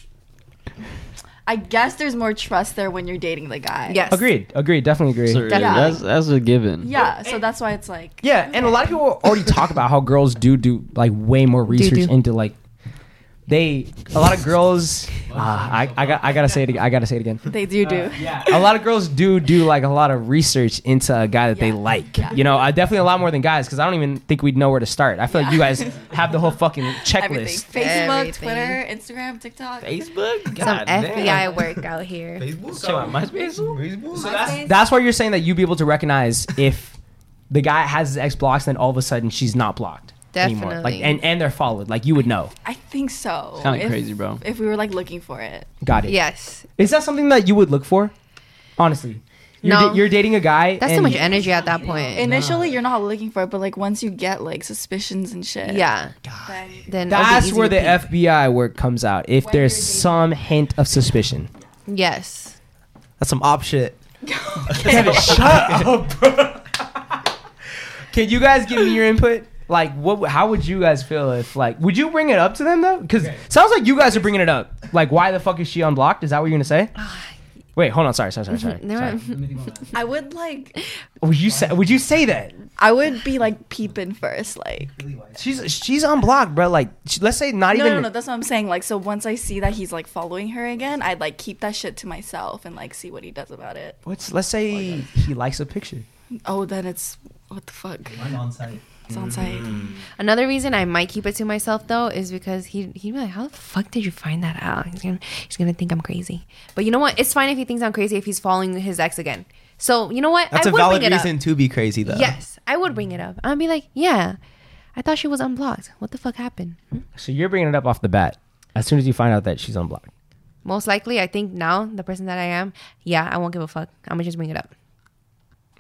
S5: I guess there's more trust there when you're dating the guy.
S3: Yes.
S1: Agreed. Agreed. Definitely agree.
S2: Sorry,
S3: Yeah.
S2: That's that's a given.
S5: Yeah. So that's why it's like.
S1: Yeah, and a lot of people already talk about how girls do do like way more research
S3: do.
S1: into like they a lot of girls. Uh, I I got I gotta say it ag- I gotta say it again.
S5: They do do.
S1: Yeah, a lot of girls do do like a lot of research into a guy that they
S5: Yeah.
S1: like.
S5: Yeah.
S1: You know, I definitely a lot more than guys because I don't even think we'd know where to start. I feel like you guys have the whole fucking
S5: Everything.
S1: checklist.
S5: Facebook,
S3: Everything.
S5: Twitter, Instagram, TikTok.
S6: Facebook.
S3: Some FBI work out here.
S6: Facebook.
S1: Check out MySpace.
S6: Facebook.
S1: That's why you're saying that you'd be able to recognize if the guy has his ex blocks, then all of a sudden she's not blocked anymore. Like
S3: Definitely.
S1: and and they're followed. Like you would know.
S5: I think so.
S2: Kinda
S5: If-
S2: crazy, bro.
S5: If we were like looking for it.
S1: Got it.
S3: Yes.
S1: Is that something that you would look for? Honestly. You're,
S3: No.
S1: da- you're dating a guy.
S3: That's
S1: and
S3: too much energy at that point.
S5: Initially, you're not looking for it, but like once you get like suspicions and shit.
S3: yeah.
S5: Then
S3: Then it'll be
S1: That's
S3: easy
S1: where
S3: to
S1: the
S3: peep.
S1: FBI work comes out. If there's some hint of suspicion.
S3: Yes.
S6: That's some op shit.
S1: Kevin, shut up, bro. Can you guys give me your input? Like, what? How would you guys feel if, like, would you bring it up to them though? Because sounds like you guys are bringing it up. Like, why the fuck is she unblocked? Is that what you're gonna say? Wait, hold on. Sorry, sorry, sorry, sorry.
S3: Uh, Never-
S1: sorry.
S5: I would like.
S1: Would you say? Would you say that?
S5: I would be like peeping first, like.
S1: She's she's unblocked, bro. Like, she, let's say not
S5: No,
S1: even.
S5: no, no. That's what I'm saying. Like, so once I see that he's like following her again, I'd like keep that shit to myself and like see what he does about it.
S1: What's? Let's say he likes a picture.
S5: Oh, then it's what the fuck. It's on site.
S1: Mm-hmm.
S3: Another reason I might keep it to myself though is because he he'd be like, "How the fuck did you find that out?" He's gonna he's gonna think I'm crazy. But you know what? It's fine if he thinks I'm crazy if he's following his ex again. So you know what?
S6: That's
S3: I
S6: a valid
S3: bring
S6: reason
S3: it
S6: to be crazy, though.
S3: up. Yes, I would bring it up. I'd be like, "Yeah, I thought she was unblocked. What the fuck happened?" Hmm?
S1: So you're bringing it up off the bat as soon as you find out that she's unblocked.
S3: Most likely, I think now the person that I am, yeah, I won't give a fuck. I'm gonna just bring it up.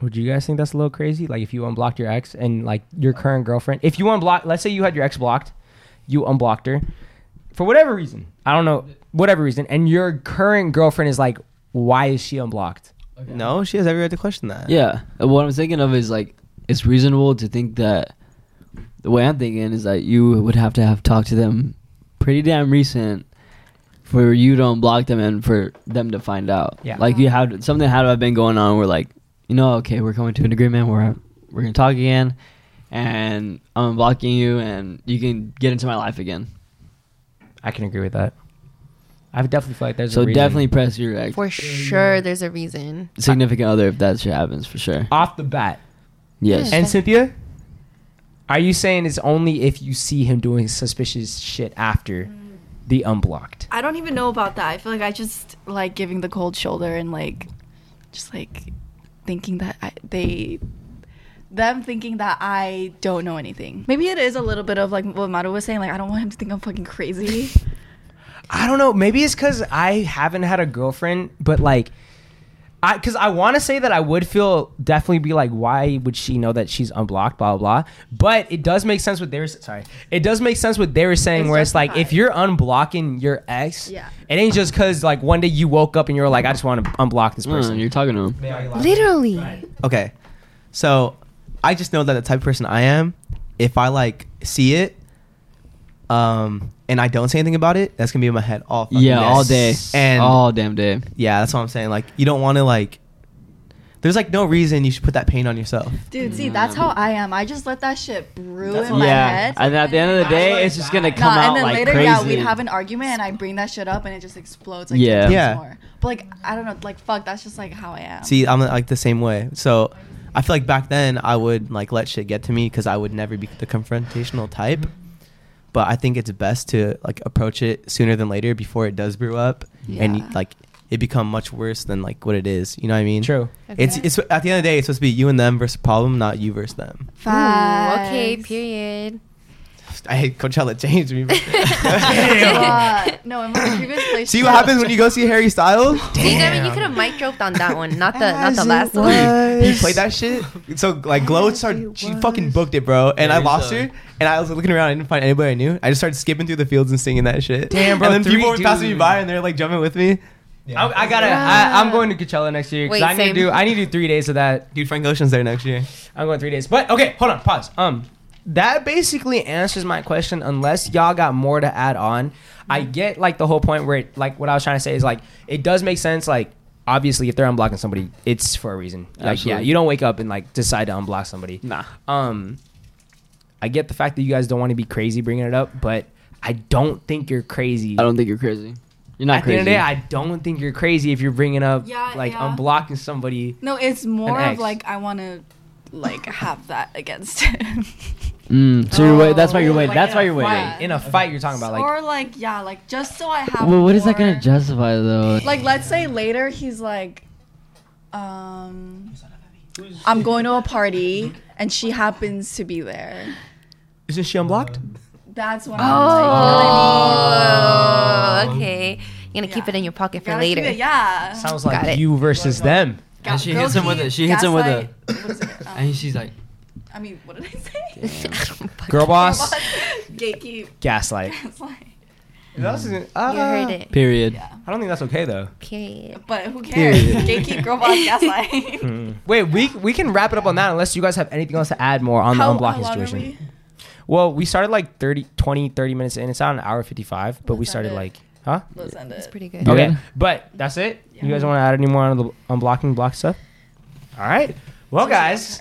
S1: Would you guys think that's a little crazy? Like if you unblocked your ex and like your current girlfriend, if you unblock, let's say you had your ex blocked, you unblocked her for whatever reason. I don't know, whatever reason, and your current girlfriend is like, why is she unblocked?
S6: No, she has every right to question that.
S2: Yeah. And What I'm thinking of is like it's reasonable to think that the way I'm thinking is that you would have to have talked to them pretty damn recent for you to unblock them and for them to find out.
S1: Yeah.
S2: Like you have something had to have been going on where like, you know, okay, we're coming to an agreement, we're we're gonna talk again and I'm unblocking you and you can get into my life again.
S1: I can agree with that. I definitely feel like there's a
S2: So
S1: reason.
S2: definitely press your ex
S3: For sure, there's a reason.
S2: significant other if that shit happens for sure.
S1: off the bat.
S2: Yes.
S1: And Cynthia, are you saying it's only if you see him doing suspicious shit after the unblocked?
S5: I don't even know about that. I feel like I just like giving the cold shoulder and like just like thinking that I, they them thinking that I don't know anything. Maybe it is a little bit of like what Maru was saying. Like I don't want him to think I'm fucking crazy.
S1: I don't know. Maybe it's because I haven't had a girlfriend, but like, I because I want to say that I would feel definitely be like, why would she know that she's unblocked? Blah blah. blah. But it does make sense what they were sorry. It does make sense what they were saying,
S5: It's
S1: where it's like if
S5: justified.
S1: you're unblocking your ex,
S5: Yeah.
S1: it ain't just because like one day you woke up and you were like, I just want to unblock this
S2: Mm,
S1: person.
S2: you're talking to him.
S3: Literally,
S6: Okay. So I just know that the type of person I am, if I like see it, um, and I don't say anything about it, that's gonna be in my head all fucking
S2: Yeah, all day.
S6: And
S2: all damn day.
S6: yeah, that's what I'm saying. Like you don't want to like. There's like no reason you should put that pain on yourself.
S5: Dude, see, that's how I am. I just let that shit brew in my
S2: Yeah,
S5: head.
S2: and at the end of the day, it's just gonna come
S5: Nah,
S2: out
S5: and then
S2: like
S5: later,
S2: crazy.
S5: yeah, we'd have an argument, and I bring that shit up, and it just explodes. Like,
S2: Yeah.
S5: yeah,
S6: Yeah.
S5: More. But like, I don't know, like, fuck, that's just like how I am.
S6: See, I'm like the same way. So I feel like back then I would like let shit get to me because I would never be the confrontational type. but I think it's best to like approach it sooner than later before it does brew up
S3: Yeah.
S6: and like it become much worse than like what it is. You know what I mean?
S1: True.
S6: It's it's at the end of the day, it's supposed to be you and them versus problem, not you versus them.
S3: Ooh, okay,
S5: Facts.
S3: period.
S6: I hate Coachella changed me. bro.
S5: Uh, no, in my previous place.
S6: See what happens when you go see Harry Styles?
S3: See, Devin, you could have mic doped on that one, not the not the last one.
S6: He played that shit. So like Glow started. She fucking booked it, bro. And I
S2: Harry
S6: lost
S2: Styles.
S6: her. And I was looking around. I didn't find anybody I knew. I just started skipping through the fields and singing that shit.
S1: Damn, bro,
S6: And then
S1: three
S6: people were passing me
S1: dudes.
S6: by and they're like jumping with me.
S1: I, I gotta. I, I'm going to Coachella next year because
S3: Wait,
S1: I need
S3: same.
S1: to do. I need to do three days of that.
S6: Dude, Frank Ocean's there next year.
S1: I'm going three days. But okay, hold on. Pause. Um, that basically answers my question. Unless y'all got more to add on, I get like the whole point where it, like what I was trying to say is like it does make sense. Like obviously, if they're unblocking somebody, it's for a reason. Like
S2: Absolutely.
S1: yeah, you don't wake up and like decide to unblock somebody.
S2: Nah.
S1: Um, I get the fact that you guys don't want to be crazy bringing it up, but I don't think you're crazy.
S2: I don't think you're crazy. You're not
S1: At the
S2: crazy.
S1: end of the day, I don't think you're crazy if you're bringing up
S5: Yeah,
S1: like
S5: yeah.
S1: unblocking somebody.
S5: No, it's more
S1: An ex.
S5: of like I want to like have that against him.
S2: mm, so you're wait. That's why you're
S5: Oh,
S2: waiting.
S5: like
S2: That's why
S5: in a
S2: you're waiting.
S5: fight.
S1: In a fight, you're talking about like
S5: or like yeah, like just so I have.
S2: Well, what is that
S5: more-
S2: gonna justify though?
S5: Like let's say later he's like, um, I'm going to a party and she happens to be there.
S1: isn't she unblocked?
S5: That's when I'm like,
S3: Oh, okay. You're gonna keep it in your pocket for
S5: you know what I mean? Gotta keep
S3: later.
S5: it- yeah.
S1: Sounds
S3: Got
S1: like
S3: it.
S1: you versus them.
S5: Ga-
S2: And she
S5: girl
S2: hits him with
S5: keep
S2: it. She hits him with it.
S5: gaslight- what is it? Um,
S2: And she's like,
S5: I mean, what did I say?
S3: Oh
S1: Girl boss,
S5: Gatekeep.
S1: gaslight.
S5: gaslight.
S3: You heard it.
S2: period.
S1: uh, I don't think that's okay though.
S3: Period.
S5: But who cares? Gatekeep, girl boss, gaslight.
S1: Wait, we we can wrap it up on that unless you guys have anything else to add more on the unblocking situation. Well, we started like 30, 20, 30 minutes in. It's not an hour 55, but we
S5: Let's end
S1: started
S5: it.
S1: like, huh?
S5: Let's end
S3: That's
S5: it.
S3: pretty good.
S2: Yeah.
S1: Okay,
S2: Good.
S1: but that's it. You guys want to add any more on the unblocking block stuff? All right. Well, guys,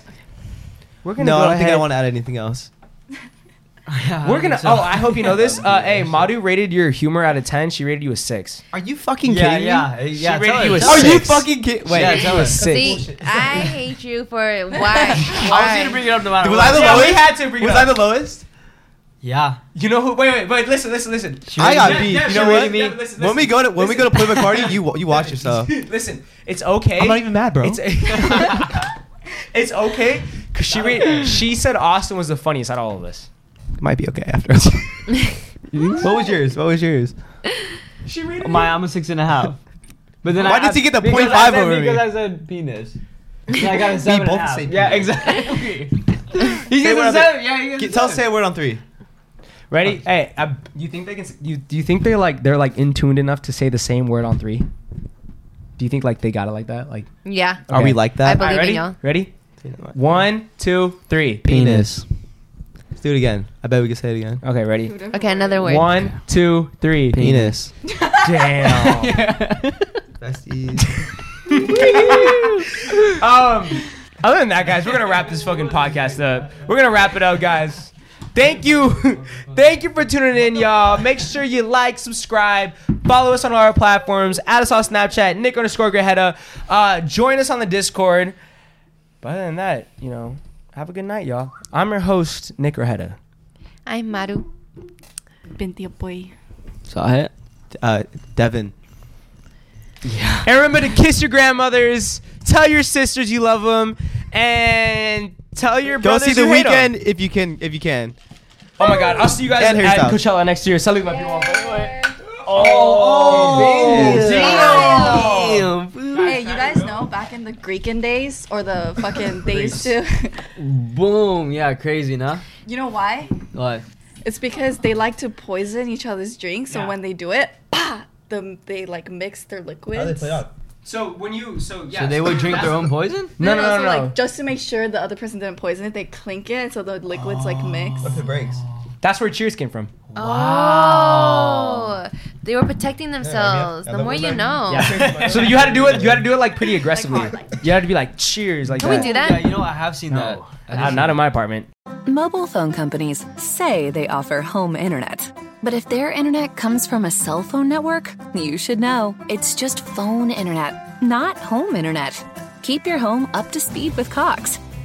S1: we're gonna go
S6: No, I don't
S1: ahead.
S6: think I want to add anything else.
S1: We're gonna. Oh, I hope you know this. Uh, hey, Madu rated your humor out of ten. She rated you a six.
S6: Are you fucking
S2: Yeah,
S6: kidding
S2: yeah,
S6: me?
S2: yeah.
S1: she rated you a
S6: Are
S1: six.
S6: you fucking kidding? Wait,
S2: Yeah,
S1: She rated you a six.
S3: See, I hate you for why.
S2: I was gonna bring it up no matter
S6: was
S2: what.
S6: I the
S1: Yeah, we
S6: lowest?
S1: had to bring it
S6: was
S1: up.
S6: I the lowest?
S2: yeah.
S1: You know who? Wait, wait, wait. Listen, listen, listen.
S6: I
S2: rated
S6: got
S2: me.
S6: beat.
S2: Yeah,
S6: You
S2: she
S6: know what?
S2: rated me.
S1: Listen, listen,
S6: When we go to when we go to
S1: listen.
S6: Plymouth party, you you watch yourself.
S1: listen, it's okay.
S6: I'm not even mad, bro.
S1: It's it's okay. Cause she re- she said Austin was the funniest out of all of us.
S6: Might be okay after. what was yours? What was yours?
S1: She rated
S2: My, I'm a six and a half. But then
S6: Why
S2: I,
S6: did you get the
S2: because I
S6: 0.5
S2: said-
S6: over me?
S2: Because I said penis. Yeah, I got a seven. and
S6: both
S2: a half.
S6: said
S2: Yeah,
S6: penis.
S2: exactly. he
S6: Say
S2: gets a
S6: what other-
S2: seven. Yeah, he gets a
S6: Tell us
S2: seven.
S6: say a word on three.
S1: Ready? Hey, I, Uh, you think they can? s- You do you think they're like they're like in tuned enough to say the same word on three? Do you think like they got it like that? Like,
S3: Yeah.
S6: Are
S1: Okay.
S6: we like
S3: I
S6: that?
S3: believe
S1: ready?
S3: in y'all.
S1: Ready? One, two, three.
S6: Penis. Let's do it again. I bet we can say it again.
S1: Okay, ready.
S3: Okay, another word.
S1: One, two, three.
S6: Penis.
S1: Damn. um, other than that, guys, we're gonna wrap this fucking podcast up. We're gonna wrap it up, guys. Thank you, thank you for tuning in, y'all. Make sure you like, subscribe, follow us on all our platforms. Add us on Snapchat, Nick underscore Grajeda. Uh, join us on the Discord. But other than that, you know, have a good night, y'all. I'm your host, Nick Grajeda.
S3: I'm Maru.
S5: Pintia boy.
S2: Saw it.
S6: Uh, Devin.
S1: And remember to kiss your grandmothers, tell your sisters you love them, and tell your
S6: Go
S1: brothers
S6: see the
S1: you hate 'em.
S6: weekend if you can. If you can.
S1: Oh my god, I'll see you guys
S6: And
S1: at
S6: hairstyles.
S1: Coachella next year. Salute my people. Oh,
S6: Venus.
S1: damn. Mm,
S5: Hey, you guys know back in the Greekin days or the fucking days too.
S2: Boom. Yeah, crazy, nah?
S5: you know why?
S2: Like,
S5: It's because they like to poison each other's drinks, so when they do it, bah, the, they like mix their liquids.
S1: So when you so yeah,
S2: so they would drink their own poison?
S1: No, no, no, no.
S5: so, Like just to make sure the other person didn't poison it, they clink it so the liquids like mix.
S1: Oh.
S6: It breaks.
S1: That's where Cheers came from.
S3: Oh, they were protecting themselves. the more you know.
S1: Yeah. so you had to do it. You had to do it like pretty aggressively.
S5: hard, like-
S1: you had to be like Cheers, like
S3: Can
S1: that.
S3: we do that?
S2: Yeah, you know, I have seen that.
S1: No,
S2: I did
S1: not,
S2: see
S1: not
S2: that.
S1: in my apartment.
S7: Mobile phone companies say they offer home internet. But if their internet comes from a cell phone network, you should know. It's just phone internet, not home internet. Keep your home up to speed with Cox.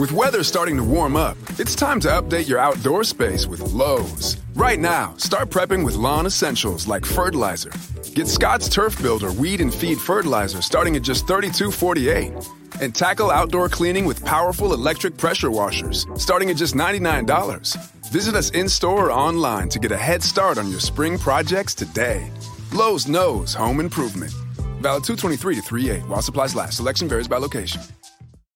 S8: With weather starting to warm up, it's time to update your outdoor space with Lowe's. Right now, start prepping with lawn essentials like fertilizer. Get Scott's Turf Builder weed and feed fertilizer starting at just $32.48. And tackle outdoor cleaning with powerful electric pressure washers starting at just $99. Visit us in store or online to get a head start on your spring projects today. Lowe's knows home improvement. Valid 223 to 38 while supplies last. Selection varies by location.